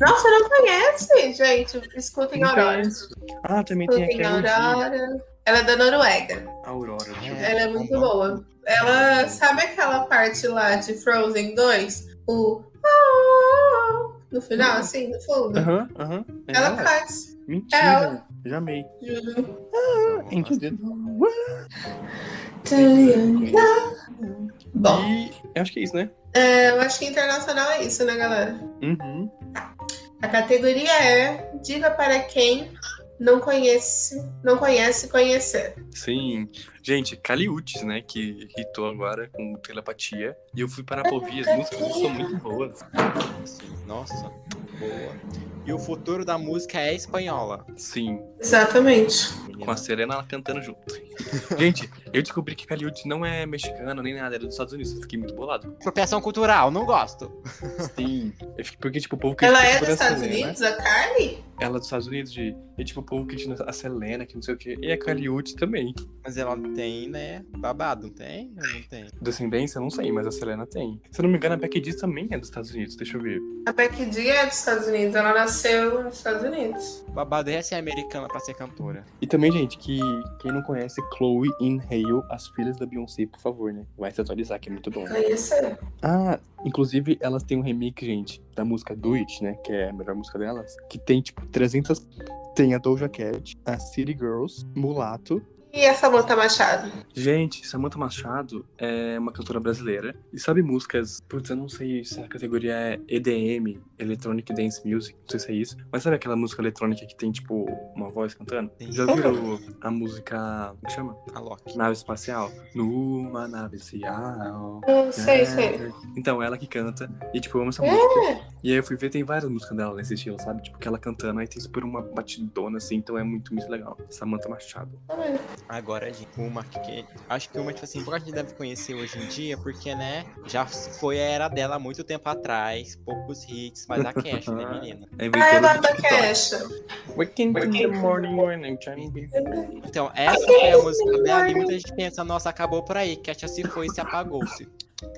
B: Nossa, não conhece, gente. Escutem
A: Não
B: Aurora.
A: conheço. Ah, também Então, tem
B: Escutem
A: aquela. de-
B: Aurora. Ela é da Noruega.
A: Aurora. deixa eu ver.
B: Ela é muito
D: Uhum.
B: boa. Ela sabe aquela parte lá de Frozen 2? O no final, assim, no fundo.
A: Aham, aham. É
B: Ela
A: ela?
B: faz,
A: Mentira. Já amei.
B: juro.
A: Ah, Entendeu?
B: Tá Bom,
A: E eu acho que é isso, né?
B: é, eu acho que internacional é isso, né, galera?
A: Uhum.
B: A categoria é Diga para quem não conhece, não conhece conhecer.
A: Sim. Gente, Caliutes, né? Que hitou agora com telepatia. E eu fui parar pra ouvir as músicas, as músicas são muito boas.
D: Assim, Nossa, boa. E o futuro da música é espanhola.
A: Sim.
B: Exatamente.
A: Com a Serena ela cantando junto. Gente, eu descobri que Caliutes não é mexicano nem nada, é dos Estados Unidos. Eu fiquei muito bolado.
D: Apropriação cultural, não gosto.
A: Sim. Eu fiquei, porque, tipo, o povo
B: Ela
A: critica
B: é
A: por né?
B: dos
A: a
B: Estados
A: Selena.
B: Unidos, a Carly?
A: Ela é dos Estados Unidos, de... E, tipo, o povo critica a Selena, que não sei o quê. E a Caliutes também.
D: Mas ela tem, né? Babado, não tem? Ou Não tem.
A: Descendência, eu não sei, mas a Selena tem. Se eu não me engano, a Becky G também é dos Estados Unidos. Deixa eu ver.
B: A Becky D é dos Estados Unidos, ela nasceu nos Estados Unidos.
D: Babado é ser americana pra ser cantora.
A: E também, gente, que quem não conhece Chloe in Hale, as filhas da Beyoncé, por favor, né? Vai se atualizar, que é muito bom.
B: Conhecer.
A: Ah, inclusive, elas têm um remix, gente, da música Do It, né? Que é a melhor música delas. Que tem, tipo, 300... Tem a Doja Cat, a City Girls, Mulato.
B: E a Samantha Machado?
A: Gente, Samantha Machado é uma cantora brasileira. E sabe músicas... Putz, eu não sei se a categoria é EDM, Electronic Dance Music, não sei se é isso. Mas sabe aquela música eletrônica que tem, tipo, uma voz cantando?
D: Sim.
A: Já viram a música... Como que chama?
D: A Loki.
A: nave espacial. Numa nave espacial. né?
B: Não
A: É.
B: sei, sei.
A: Então, ela que canta. E, tipo, eu amo essa
B: É.
A: música. E aí eu fui ver, tem várias músicas dela nesse estilo, sabe? Tipo, que ela cantando, aí tem super uma batidona, assim. Então é muito, muito legal. Samantha Machado.
D: Agora, gente, uma que, que- Acho que uma, tipo assim, pouca gente deve conhecer hoje em dia, porque, né? Já foi a era dela há muito tempo atrás. Poucos hits, mas a cash, né, menina?
A: É
B: Ah, eu
A: inventora
B: gosto
A: do
B: da
A: TikTok.
B: Kesha.
A: Waking in the morning when I'm trying to be-
D: Então, essa foi a música dela e muita gente pensa, nossa, acabou por aí. Kesha se foi e se apagou-se.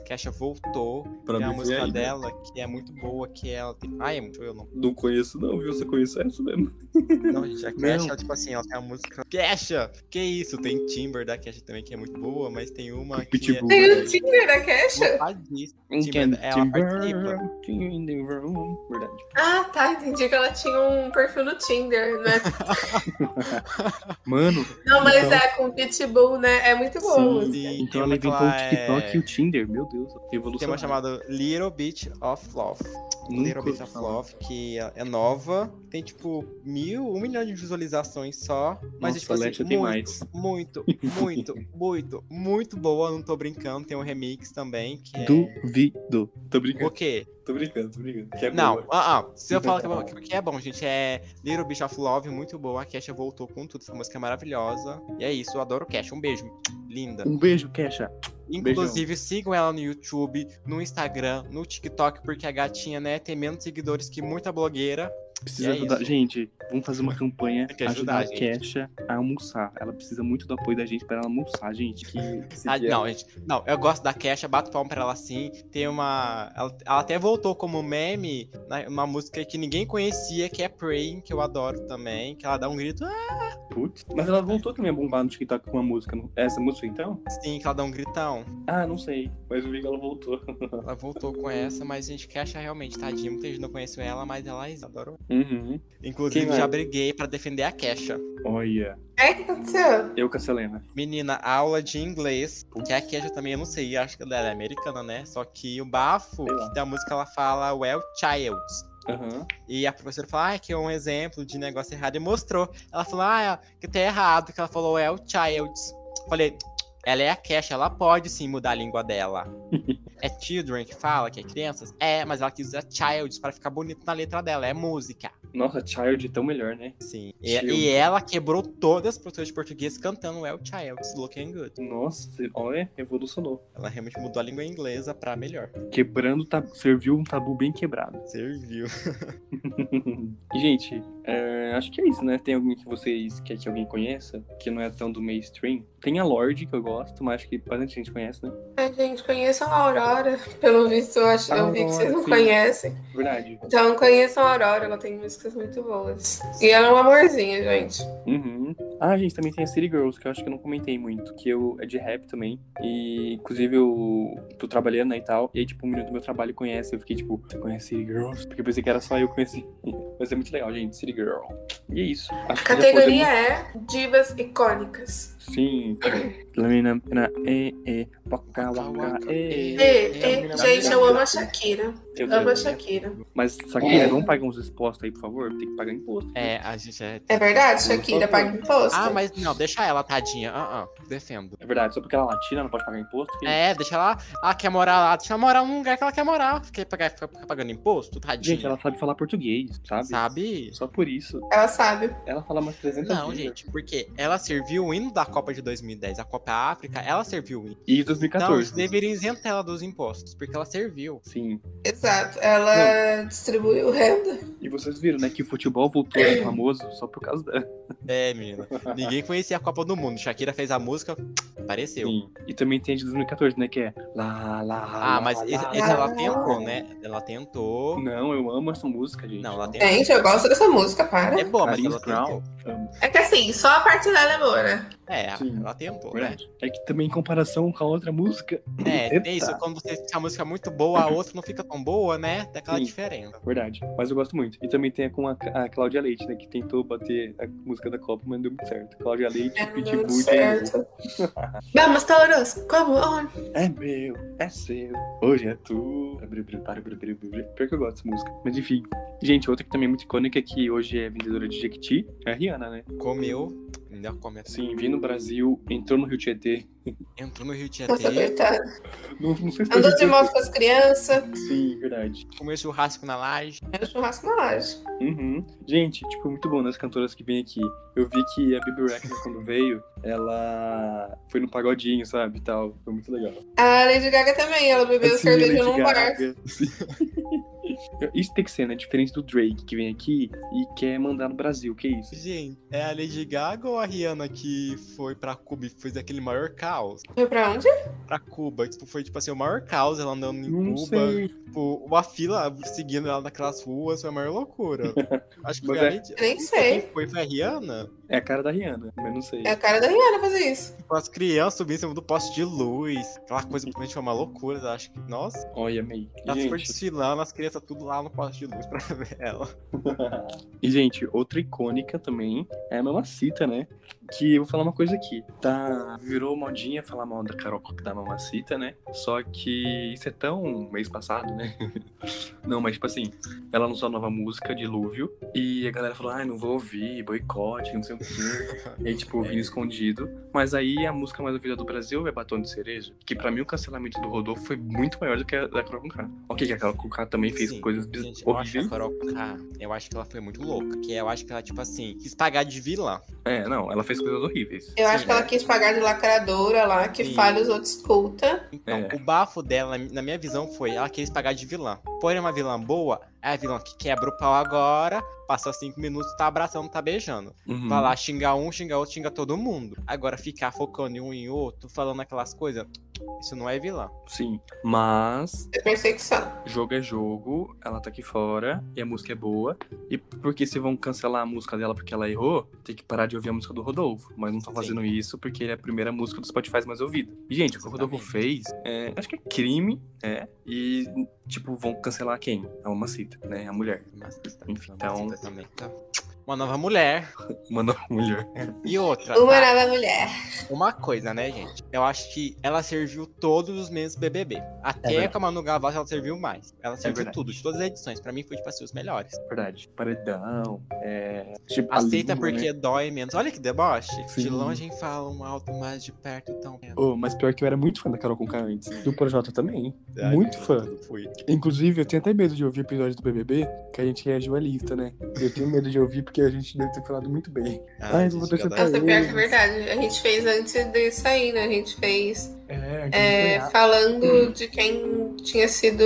D: Kesha voltou.
A: Pra
D: tem a
A: mim foi
D: música
A: aí, né?
D: dela que é muito boa, que ela tem. Ai, é muito eu não.
A: Não conheço, não, viu? Você conhece essa mesmo.
D: Não, gente, a
A: Não.
D: Kesha, ela, tipo assim, ela tem a música. Kesha! Que isso? Tem Timber da Kesha também, que é muito boa, mas tem uma.
A: Com
D: que é
A: Pitbull,
B: Tem
A: né?
B: o Tinder da Kesha?
D: Bombadíssima. Timber, ela participa.
A: Verdade.
B: Ah, tá. Entendi que ela tinha um perfil no Tinder, né?
A: Mano,
B: Não, mas
A: Então-
B: é com Pitbull, né? É muito bom. a música.
D: Sim, tem
A: então
D: uma
A: ela
D: que
A: inventou o
D: é-
A: TikTok e o Tinder. Meu Deus,
D: Tem uma
A: evolução.
D: chamada Little Bit of Love.
A: Nunca
D: Little Bit
A: ouvi
D: of
A: falar.
D: Love, que é é nova. Tem, tipo, mil, um milhão de visualizações só. Mas, é, tipo,
A: Nossa, Alexa
D: assim,
A: tem
D: muito,
A: mais.
D: muito, muito, muito, muito boa. Não tô brincando. Tem um remix também, que é...
A: Duvido. Tô
D: O
A: brincando,
D: quê?
A: tô brincando, tô brincando. Que é
D: Não,
A: boa.
D: ah, ah, se eu falar que é, bom, que é bom, gente, é Little Bit of Love, muito boa. A Kesha voltou com tudo, essa música é maravilhosa. E é isso, eu adoro Kesha, um beijo, linda.
A: Um beijo, Kesha.
D: Inclusive, sigam ela no YouTube, no Instagram, no TikTok, porque a gatinha, né, tem menos seguidores que muita blogueira.
A: Precisa
D: E é
A: ajudar.
D: isso.
A: Gente, vamos fazer uma campanha
D: Tem que
A: ajudar,
D: ajudar,
A: a
D: gente.
A: Kesha a almoçar. Ela precisa muito do apoio da gente pra ela almoçar, gente. Que é. se
D: Ah,
A: vier-
D: não, gente, não, eu gosto da Kesha, bato palma pra ela sim. Tem uma. Ela, ela até voltou como meme, né, uma música que ninguém conhecia, que é Praying, que eu adoro também, que ela dá um grito.
A: Putz. Mas ela voltou também a bombar no TikTok com uma música. não- Essa música, então?
D: Sim, que ela dá um gritão.
A: Ah, não sei. Mas eu vi que ela voltou.
D: Ela voltou com essa, mas a gente Kesha realmente, tadinha. Muita gente não conheceu ela, mas ela é, adorou.
A: Uhum.
D: Inclusive,
A: Quem é?
D: já briguei pra defender a Kesha.
A: Olha.
B: É, o que aconteceu?
A: Eu com a Selena.
D: Menina, aula de inglês, que a Kesha também, eu não sei, acho que ela é americana, né? Só que o bafo
A: Sei lá.
D: da música ela fala Well Child.
A: Aham.
D: E a professora fala, ah, que é um exemplo de negócio errado. E mostrou. Ela falou, ah, que tá errado, que ela falou Well Child. Falei, ela é a Kesha, ela pode sim mudar a língua dela. é children que fala, que é crianças? É, mas ela quis usar child pra ficar bonito na letra dela, é música.
A: Nossa, Child é tão melhor, né?
D: Sim. E,
A: Child.
D: e ela quebrou todas as professoras de português cantando Well Child, Looking Good.
A: Nossa, olha, revolucionou.
D: Ela realmente mudou a língua inglesa pra melhor.
A: Quebrando o tabu. Serviu um tabu bem quebrado.
D: Serviu.
A: E, Gente, é, acho que é isso, né? Tem alguém que vocês quer que alguém conheça, que não é tão do mainstream. Tem a Lorde, que eu gosto, mas acho que bastante gente conhece, né?
B: Ai, gente, conheçam a Aurora. Pelo visto, eu, acho, eu vi que vocês não
A: Aurora, sim.
B: conhecem.
A: Verdade.
B: Então, conheçam a Aurora, ela tem músicas muito boas. E ela é um amorzinho, gente.
A: Uhum. Ah, gente, também tem a City Girls, que eu acho que eu não comentei muito, que eu é de rap também. E, inclusive, eu tô trabalhando né, e tal, e aí, tipo, um menino do meu trabalho conhece. Eu fiquei, tipo, você conhece City Girls? Porque eu pensei que era só eu que conheci. Mas é muito legal, gente, City Girl. E é isso. Acho que já
B: Categoria é divas icônicas.
A: podemos- Sim. Lamina, mina, e, e, waka, waka, e.
B: E,
D: É,
B: e,
D: menina,
B: gente,
D: menina,
B: eu amo
D: menina.
B: a Shakira.
A: Eu
B: Amo
A: também.
B: a Shakira.
A: Mas só que é, vamos pagar uns expostos aí, por favor. Tem que pagar imposto. né?
D: É, a gente é.
B: É verdade, Shakira paga imposto.
D: Ah, mas não, deixa ela, tadinha. Ah, ah, defendo.
A: É verdade, só porque ela é latina, não pode pagar imposto. que-
D: É, deixa ela. Ela quer morar lá, deixa ela morar num lugar que ela quer morar. Fica, pagar- fica pagando imposto, tadinha.
A: Gente, ela sabe falar português, sabe?
D: sabe?
A: Só por isso.
B: Ela sabe.
A: Ela fala umas 300
D: Não,
A: línguas.
D: gente, porque ela serviu o hino da Copa de 2010, a Copa África, ela serviu o hino.
A: E
D: Então,
A: 2014.
D: eles deveriam isentar ela dos impostos, porque ela serviu.
A: Sim.
B: Exato. Ela distribuiu renda.
A: E vocês viram, né, que o futebol voltou a ser famoso só por causa dela.
D: É, menina. Ninguém conhecia a Copa do Mundo. Shakira fez a música, apareceu.
A: Sim. E também tem a de 2014, né, que é lá, lá,
D: Ah, mas
A: lá,
D: esse-
A: lá,
D: esse
A: lá.
D: ela tentou, né? Ela tentou.
A: Não, eu amo essa música, gente.
D: Não, ela tentou.
B: Gente, eu gosto dessa música, para.
D: É boa, mas
A: Clarice
D: ela tentou.
B: É que assim, só a parte dela é boa, né?
D: É,
A: Sim.
D: ela tentou, né?
A: Verdade. É que também em comparação com a outra música.
D: É,
A: Eita.
D: tem isso. Quando você deixa a música muito boa, a outra não fica tão boa, né? Tem aquela
A: Sim.
D: diferença.
A: Verdade. Mas eu gosto muito. E também tem a com a, a Cláudia Leite, né? Que tentou bater a música da Copa, mas não deu muito certo. Cláudia Leite,
B: É,
A: Pitbull.
B: deu
A: Django.
B: certo. Vamos todos, como on.
A: É meu, é seu, hoje é tu. Pior que eu gosto dessa música. Mas enfim. Gente, outra que também é muito icônica, que hoje é vendedora de Jequiti, é a Rihanna, né?
D: Comeu, melhor comer.
A: Sim, veio no Brasil, entrou no Rio Tietê.
D: Entrou no Rio de
B: Nossa,
D: Janeiro,
B: coitada.
A: Não, não sei se foi
B: Andou de
A: Rio
B: moto com as crianças.
A: Tietê. Sim, verdade.
D: comeu churrasco na laje.
B: É o churrasco na laje.
A: Uhum. Gente, tipo, muito bom nas cantoras que vêm aqui. Eu vi que a Bibi Rexha, quando veio, ela foi no pagodinho, sabe? e Tal. Foi muito legal.
B: A Lady Gaga também, ela bebeu
A: Assim,
B: cerveja
A: Lady
B: num bar.
A: Gaga, sim. Isso tem que ser, né? Diferente do Drake, que vem aqui e quer mandar no Brasil. Que isso?
D: Gente, é a Lady Gaga ou a Rihanna que foi pra Cuba e fez aquele maior caos?
B: Foi pra onde?
D: Pra Cuba, tipo, foi tipo assim, o maior caos ela andando em
A: Não
D: Cuba.
A: sei.
D: Tipo, uma fila seguindo ela naquelas ruas, foi a maior loucura. Acho que
A: Mas
D: foi a
A: é-
D: Lady.
B: Nem
D: Quem
B: sei.
D: foi? Foi a Rihanna?
A: É a cara da Rihanna, mas não sei.
B: É a cara da Rihanna fazer isso.
D: Tipo, as crianças subindo em cima do poste de luz. Aquela coisa realmente foi uma loucura, acho que. Nossa,
A: Olha, meio.
D: ela foi
A: Gente,
D: desfilando, as crianças tudo lá no poste de luz pra ver ela.
A: e, gente, outra icônica também é a Mamacita, né? Que eu vou falar uma coisa aqui. Tá, virou modinha falar mal da Carol da Mamacita, né? Só que isso é tão mês passado, né? Não, mas tipo assim, ela lançou a nova música, Dilúvio, e a galera falou, ai, não vou ouvir, boicote, não sei o quê. e aí, tipo, ouvindo escondido. Mas aí a música mais ouvida do Brasil é Batom de Cereja, que pra mim o cancelamento do Rodolfo foi muito maior do que a da Carol Conká. Ok, que a Carol Conká também fez
D: Sim,
A: coisas
D: Gente, eu acho que
A: horríveis.
D: a Carol K, eu acho que ela foi muito louca. Que eu acho que ela, tipo assim, quis pagar de vilã.
A: É, não, ela fez coisas horríveis.
B: Eu acho que ela quis pagar de lacradora lá, que
D: Sim.
B: falha os outros escuta.
D: Então,
A: É.
D: o bafo dela, na minha visão, foi ela quis pagar de vilã. Porém, uma vilã boa é a vilã que quebra o pau agora, passa cinco minutos, tá abraçando, tá beijando.
A: Uhum.
D: Vai lá, xinga um, xinga outro, xinga todo mundo. Agora, ficar focando em um e outro, falando aquelas coisas, isso não é vilã.
A: Sim. Mas
B: É
D: Tá,
B: perseguição.
A: jogo é jogo, ela tá aqui fora e a música é boa. E porque se vão cancelar a música dela porque ela errou, tem que parar de ouvir a música do Rodolfo. Mas não tá fazendo isso porque ele é a primeira música do Spotify mais ouvida. E, gente, o que o Rodolfo fez, é, acho que é crime, é. E, tipo, vão cancelar quem? A mamacita, né? A mulher.
D: Mas,
A: Enfim,
D: mas
A: então-
D: isso também tá- Uma nova mulher.
A: Uma nova mulher.
D: E outra.
B: Uma
D: tá?
B: nova mulher.
D: Uma coisa, né, gente? Eu acho que ela serviu todos os meses do BBB. Até
A: É verdade. É
D: com a Manu Gavassi ela serviu mais. Ela serviu
A: verdade.
D: tudo, de todas as edições. Pra mim foi, tipo assim, os melhores.
A: É Verdade. Paredão. É. Tipo, a
D: Aceita
A: língua,
D: porque dói menos. Olha que deboche.
A: Sim.
D: De longe falam alto, mas de perto tão perto.
A: Oh, mas pior que eu era muito fã da Carol Conká antes. Do Projota também. muito fã.
D: Fui.
A: Inclusive, eu tenho até medo de ouvir episódios do BBB, que a gente reagiu à lista, né? Eu tenho medo de ouvir porque a gente deve ter falado muito bem. Ai, eu vou
D: gente,
A: decepcionar.
D: galera.
B: Nossa, pior que é verdade. A gente fez antes de sair, né? A gente fez
A: É,
B: é,
D: Hum.
B: falando de quem tinha sido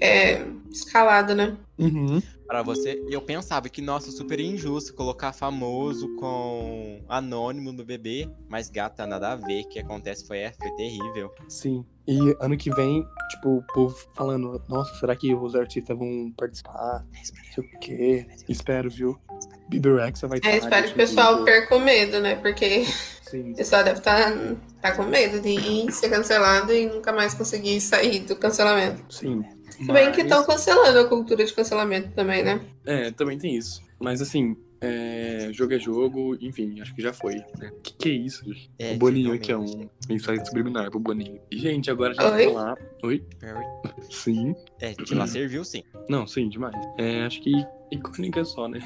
B: é, escalado, né?
A: Uhum.
D: Pra você, eu pensava que, nossa, super injusto colocar famoso com anônimo no BBB. Mas, gata, nada a ver. O que acontece foi, é, foi terrível.
A: Sim. E ano que vem, tipo, o povo falando, nossa, será que os artistas vão participar? Não sei o quê. Espero, viu? Bibi Rexa vai tipo,
B: É, espero que o pessoal perca o medo, né? Porque
A: Sim.
B: o pessoal deve estar tá com medo de ir ser cancelado e nunca mais conseguir sair do cancelamento.
A: Sim.
B: Se bem que
A: Mas-
B: estão cancelando a cultura de cancelamento também, né?
A: É, também tem isso. Mas assim, É, jogo é jogo, enfim, acho que já foi. Né? Que que é isso? gente?
D: É,
A: o Boninho aqui é
D: finalmente.
A: um mensagem subliminar pro Boninho. E, gente, agora a gente vai
B: Oi?
A: falar. Oi?
D: Perry.
A: Sim.
D: É, que lá serviu sim.
A: Não, sim, demais. É, acho que icônica só, né?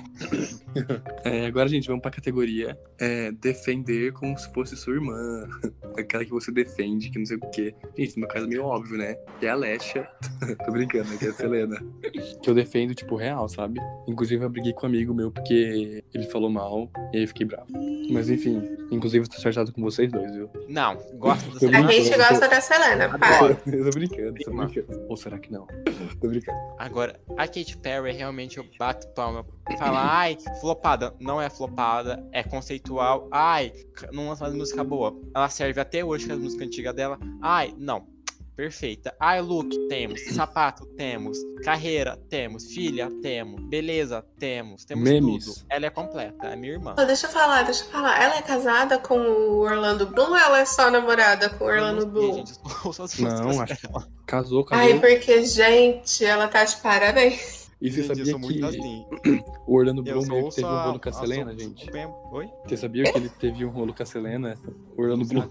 A: É, agora, gente, vamos pra categoria é, defender como se fosse sua irmã. Aquela que você defende, que não sei o quê. Gente, no meu caso é meio óbvio, né? Que é a Alexia. Tô brincando, né? que é a Selena. que eu defendo, tipo, real, sabe? Inclusive, eu briguei com um amigo meu porque ele falou mal e aí eu fiquei bravo. Mas, enfim, inclusive, eu tô chateado com vocês dois, viu?
D: Não, gosto do
A: Eu
B: A
A: Muito
B: gente
A: bom.
B: gosta da Selena, para.
A: eu tô brincando, tô
D: Sim.
A: brincando. Ou será que não? Tô brincando.
D: Agora, a Katy Perry realmente eu bato palma. Falar, ai, flopada. Não é flopada, é conceitual. Ai, não lança mais música boa. Ela serve até hoje com as músicas antigas dela. Ai, não. Perfeita. Ai, look, temos. Sapato, temos. Carreira, temos. Filha, temos. Beleza, temos. Temos
A: Memes.
D: tudo. Ela é completa, é minha irmã.
B: Pô, deixa eu falar, deixa eu falar. Ela é casada com o Orlando Bloom ou ela é só namorada com o Orlando
D: Eu não sei,
B: Bloom?
D: gente, eu ouço as
A: Não,
D: músicas
A: acho
D: dela.
A: Casou, casou.
B: Ai, porque, gente, ela tá de parabéns.
A: e você
D: Gente, eu
A: sabia
D: sou
A: que
D: muito assim.
A: o Orlando
D: Eu
A: Bloom
D: só
A: meio que
D: ouço
A: teve um
D: a-
A: rolo com a
D: a-
A: Selena,
D: só-
A: gente?
D: Oi?
A: Você sabia que ele teve um rolo com a Selena? O Orlando Bloom.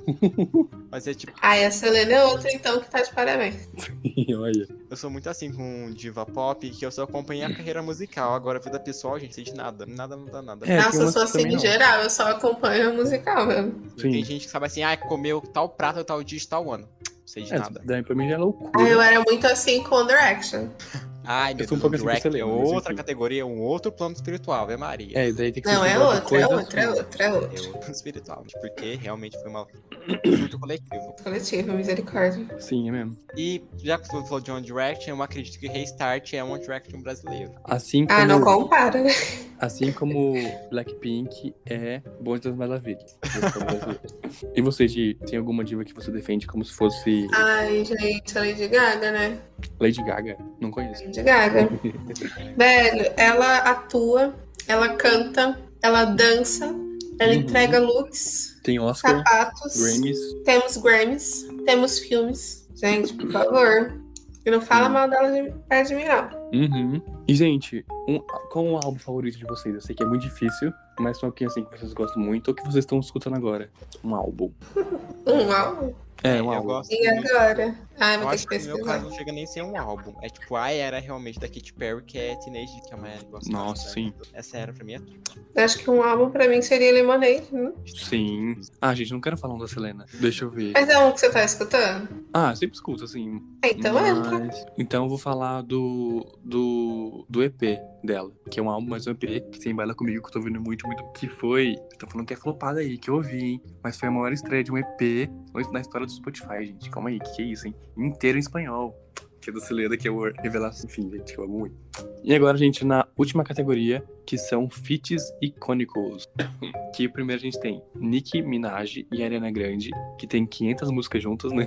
D: Mas é tipo,
B: Ai, a Selena é outra, então, que tá de parabéns.
A: Olha.
D: Eu sou muito assim com diva pop, que eu só acompanhei a carreira musical. Agora, a vida pessoal, gente, sei de nada. Nada não dá nada.
A: É, tem
B: Nossa, eu
A: umas
B: sou
A: que
B: assim
A: também
B: em
A: não.
B: geral, eu só acompanho a musical mesmo.
A: Sim.
D: Tem gente que sabe assim, ah, comeu tal prato, tal dia, de tal ano. Sei de
A: É,
D: nada.
A: daí pra mim já é
B: Ai, eu
A: loucura.
B: era muito assim com One Direction.
D: Ai, meu
A: Eu sou um
D: Deus,
A: pouco assim com
D: Drake
A: Selena,
D: é
A: mas
D: outra
A: enfim.
D: categoria, um outro plano espiritual, é Maria.
A: É, daí tem que ser
B: Não, é
A: outra
B: outra, é
A: coisa assim.
B: outra, é
A: sua.
B: outra, é outra.
D: É outro espiritual, gente, porque realmente foi uma surto coletivo.
B: Coletivo, misericórdia.
A: Sim, é mesmo.
D: E já que você falou de One Direction, eu acredito que Restart é um One Direction brasileiro.
A: Assim como,
B: Ah, não compara, né?
A: assim como Blackpink é Bons das Maravilhas. e você, Gi, tem alguma diva que você defende como se fosse
B: Ai, gente, Lady Gaga, né?
A: Lady Gaga? Não conheço.
B: Lady Gaga. Velho, ela atua, ela canta, ela dança, ela
A: Uhum.
B: entrega looks,
A: Tem Oscar,
B: Tá. sapatos,
A: Grammys.
B: temos Grammys, temos filmes. Gente, por favor. E não fala
D: Uhum.
A: Sim.
B: mal dela de perto de mim, não.
A: Uhum. E, gente, um, qual o álbum favorito de vocês? Eu sei que é muito difícil, mas só que assim que vocês gostam muito ou que vocês estão escutando agora? Um álbum.
B: Um álbum.
A: É, um
D: eu
A: álbum.
D: gosto
B: E
D: muito.
B: agora? Ai,
D: Uhum. Eu
B: vou ter
D: acho
B: que
D: que no meu caso
B: pesquisar.
D: não chega nem a ser um álbum. É tipo, a era realmente da Katy Perry, que é Teenage, que a Mayara gosta.
A: Nossa, sim.
D: bastante. né? Essa era pra mim é tudo.
B: Acho que um álbum pra mim seria Lemonade. né?
A: Sim. Ah, gente, não quero falar um da Selena. Deixa eu ver.
B: Mas é um que você tá escutando?
A: Ah, eu sempre escuto, assim.
B: Ah, Então entra.
A: mas... Então eu vou falar do, do, do EP dela, que é um álbum, mas um EP que tem baila comigo, que eu tô ouvindo muito, muito. Que foi. Tô falando que é flopada aí, que eu ouvi, hein? Mas foi a maior estreia de um EP na história do Spotify, gente. Calma aí, que que é isso, hein? Inteiro em espanhol. Que é do Celeda, que é o Revelação. Enfim, gente, que eu amo muito. E agora, gente, na última categoria, que são feats icônicos. Que primeiro a gente tem Nicki Minaj e Ariana Grande, que tem 500 músicas juntas, né?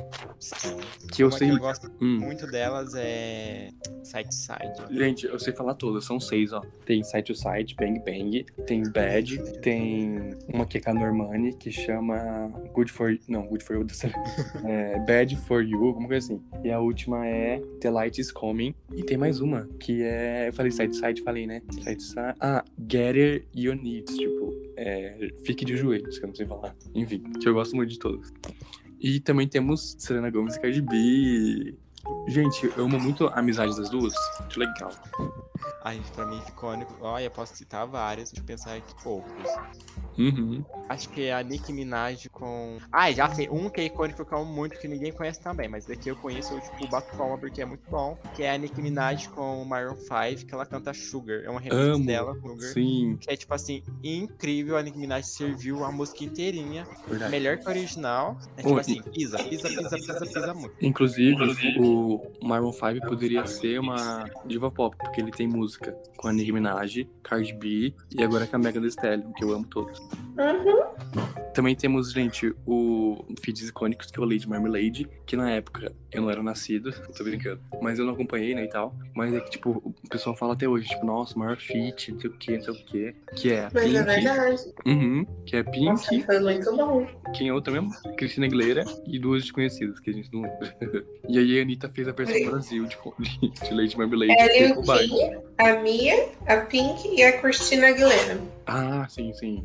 A: Que eu
D: Uma
A: sei.
D: que eu gosto
A: Hum.
D: muito delas é Side Side.
A: Gente, eu sei falar todas, são seis, ó. Tem Side to Side, Bang Bang, tem Bad, tem uma que é com a Normani, que chama Good for Não, Good for You, é, Bad for You, alguma coisa assim. E a última é The Light is Coming. E tem mais uma, que é. Eu falei Side to Side, falei, né? Side to Side. Ah, Getter Your Needs, tipo. É, fique de joelhos, que eu não sei falar. Enfim, que eu gosto muito de todas. E também temos Serena Gomes e Cardi B. Gente, eu amo muito a amizade das duas. Muito legal.
D: Ai, pra mim é icônico. Olha, posso citar várias, deixa eu pensar aqui poucos.
A: Uhum.
D: Acho que é a Nicki Minaj com. Ai, já sei, um que é icônico que eu amo muito, que ninguém conhece também, mas daqui eu conheço, eu tipo, bato palma porque é muito bom. Que é a Nicki Minaj com o Maroon 5, que ela canta Sugar. É uma remix
A: Amo.
D: dela, Sugar.
A: Sim,
D: que é tipo assim, incrível. A Nicki Minaj serviu a música inteirinha,
A: verdade.
D: melhor que a original. É
A: Ô,
D: tipo assim, pisa, pisa, pisa, pisa, pisa muito.
A: Inclusive, o Maroon 5 poderia ser uma diva pop, porque ele tem música com a Nicki Minaj, Cardi B e agora com a Megan Thee Stallion, que eu amo todos.
B: Uhum.
A: Também temos, gente, o feeds icônicos que eu li de Marmalade, que na época eu não era nascido, tô brincando, mas eu não acompanhei, né, e tal. Mas é que, tipo, o pessoal fala até hoje, tipo, nossa, o maior feat, não sei o que, não sei o que, que é
B: Mas é
A: Pink,
B: verdade.
A: uhum, que é
B: Nossa,
A: Pink,
B: foi muito bom.
A: quem é outra mesmo? Cristina Aguilera e duas desconhecidas, que a gente não lembra. E aí a Anitta fez a versão
B: Peraí.
A: Brasil de, de, de Lady Marmalade.
B: É a
A: que
B: Lil
D: um
A: ficou baixo.
B: Kim, a Mia, a Pink e a Christina Aguilera.
A: Ah, sim, sim.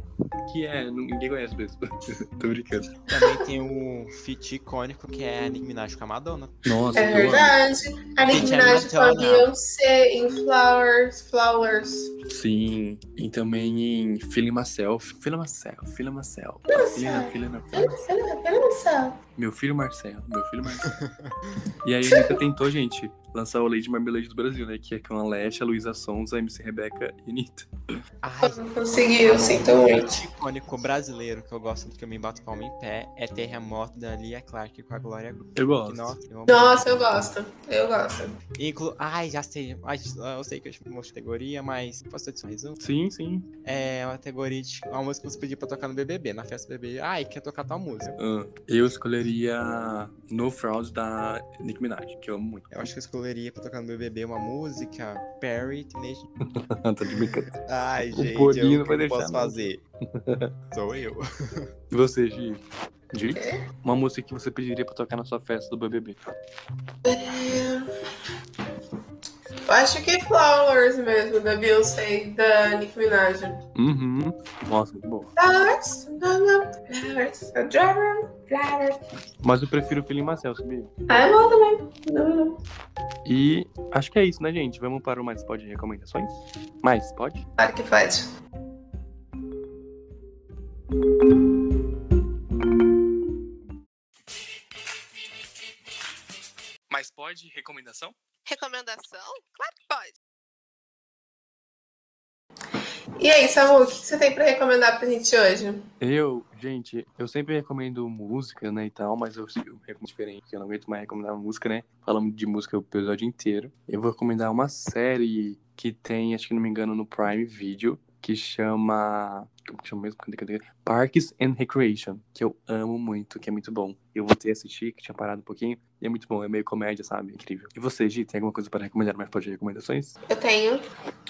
A: Que é, nu- ninguém conhece mesmo. Tô brincando.
D: Também tem um feat icônico que é a Nicki Minaj com a Madonna.
A: Nossa,
B: É verdade. A Nicki
D: Gente, é
B: Minaj com a
D: Madonna.
B: Beyoncé em Flowers, Flowers.
A: Sim, e também em Feeling Myself. Feeling Myself, Feeling Myself. Filha, filha, não. Meu filho Marcelo, meu filho Marcelo. e aí a Anitta tentou, gente, lançar o Lady Marmalade do Brasil, né? Que é com a Leste, a Luísa Sons, a MC Rebeca e Anitta.
D: Ai,
B: Conseguiu, sinto
D: um
B: muito.
D: feat icônico brasileiro que eu gosto muito, que eu me bato palma em pé, é Terremoto da Lia Clark com a Glória Groove.
A: Eu gosto.
D: Nossa, eu amo.
B: Nossa, eu gosto. Eu gosto.
D: Inclu... Ai, já sei. Ai, eu sei que eu chamo de categoria, mas posso adicionar mais um?
A: Sim, sim.
D: É uma categoria de uma música que você pediu pra tocar no BBB, na festa do BBB. Ai, quer tocar tal música.
A: Ah, eu escolheria No Fraud da Nicki Minaj, que eu amo muito.
D: Eu acho que eu escolheria pra tocar no BBB uma música Perry Teenage...
A: Tô brincando.
D: Ai,
A: O
D: gente,
A: Boninho
D: eu,
A: não
D: o que
A: vai
D: eu
A: deixar,
D: posso
A: não.
D: fazer? Sou eu.
A: E você, Gi? Gi? Uma música que você pediria pra tocar na sua festa do BBB.
B: Eu É, acho que é Flowers mesmo, da Beyoncé e da Nicki Minaj.
A: Uhum. Nossa, muito boa.
B: Flowers, flowers, flowers, flowers, flowers.
A: Mas eu prefiro o Feeling Marcel, sabia?
B: Ah, é bom também. Não, não.
A: E acho que é isso, né, gente? Vamos para o mais pode recomendações? Mais pode?
B: Claro que pode.
A: Mais pode recomendação?
B: Recomendação? Claro que pode. E aí, Samu, o que que você tem pra recomendar pra gente hoje?
A: Eu, gente, eu sempre recomendo música, né, e tal, mas eu, eu recomendo diferente, porque eu não aguento mais recomendar música, né? Falamos de música o episódio inteiro. Eu vou recomendar uma série que tem, acho que não me engano, no Prime Video, que chama. Como que chama mesmo? Cadê, cadê? Parks and Recreation, que eu amo muito, que é muito bom. Eu voltei a assistir, que tinha parado um pouquinho, e é muito bom, é meio comédia, sabe? Incrível. E você, Gi, tem alguma coisa para recomendar, mas pode recomendações?
B: Eu tenho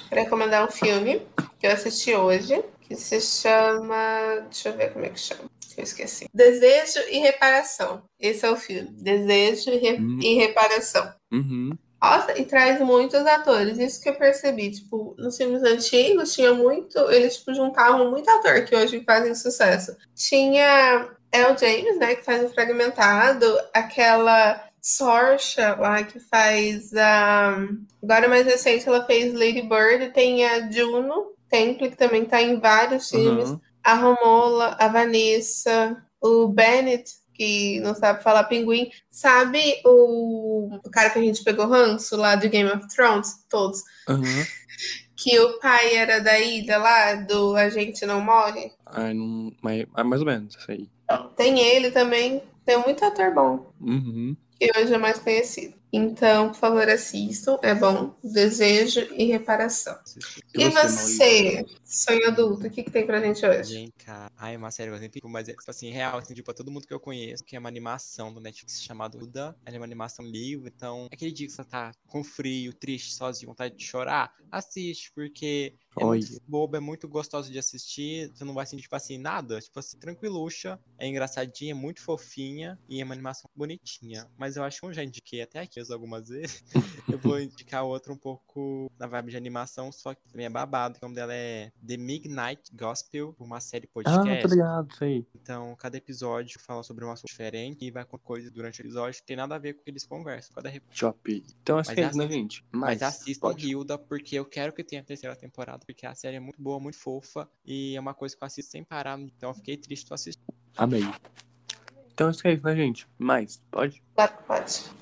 B: pra recomendar um filme que eu assisti hoje, que se chama. Deixa eu ver como é que chama. que Eu esqueci. Desejo e Reparação. Esse é o filme. Desejo e, Re-
A: Hum.
B: e Reparação.
A: Uhum.
B: Nossa, e traz muitos atores. Isso que eu percebi. Tipo, nos filmes antigos tinha muito. Eles tipo, juntavam muito ator que hoje fazem sucesso. Tinha é o James, né, que faz o fragmentado, aquela Sorcha lá que faz a. Agora mais recente ela fez Lady Bird, tem a Juno Temple, que também tá em vários filmes,
A: Uhum.
B: a Romola, a Vanessa, o Bennett, que não sabe falar pinguim. Sabe o, o cara que a gente pegou ranço lá do Game of Thrones? Todos.
A: Uhum.
B: Que o pai era da ilha lá, do A Gente Não Morre?
A: Ai, não... mas- ah, mais ou menos, isso aí.
B: Tem ele também. Tem muito ator bom.
A: Uhum.
B: que hoje é mais conhecido. Então, por favor, assistam. É bom. Desejo e reparação. E você, sonho adulto, o que, que tem pra gente hoje?
D: Vem cá. Ai, uma série que eu sempre fico, mas é tipo assim, real, assim, tipo, pra todo mundo que eu conheço, que é uma animação do Netflix chamada Uda. Ela é uma animação livre, então, aquele dia que você tá com frio, triste, sozinho, vontade de chorar, assiste, porque é
A: Olha.
D: muito bobo, é muito gostoso de assistir, você não vai sentir, tipo assim, nada, tipo assim, tranquilucha, é engraçadinha, é muito fofinha, e é uma animação bonitinha. Mas eu acho que eu já indiquei até aqui mesmo algumas vezes, eu vou indicar outra um pouco na vibe de animação, só que também é babado, que o nome dela é The Midnight Gospel, uma série podcast.
A: Ah, tá ligado, isso aí.
D: Então, cada episódio fala sobre um assunto diferente e vai com coisas durante o episódio que tem nada a ver com o que eles conversam. Cada... re-
A: Shop. Então acho
D: Mas
A: que é isso, né,
D: assi-
A: gente?
D: Mas, assistam
A: pode.
D: Hilda, porque eu quero que tenha a terceira temporada, porque a série é muito boa, muito fofa, e é uma coisa que eu assisto sem parar, então eu fiquei triste de assistir.
A: Amei. Então acho que é isso, né, gente? Mas, pode?
B: Claro que pode.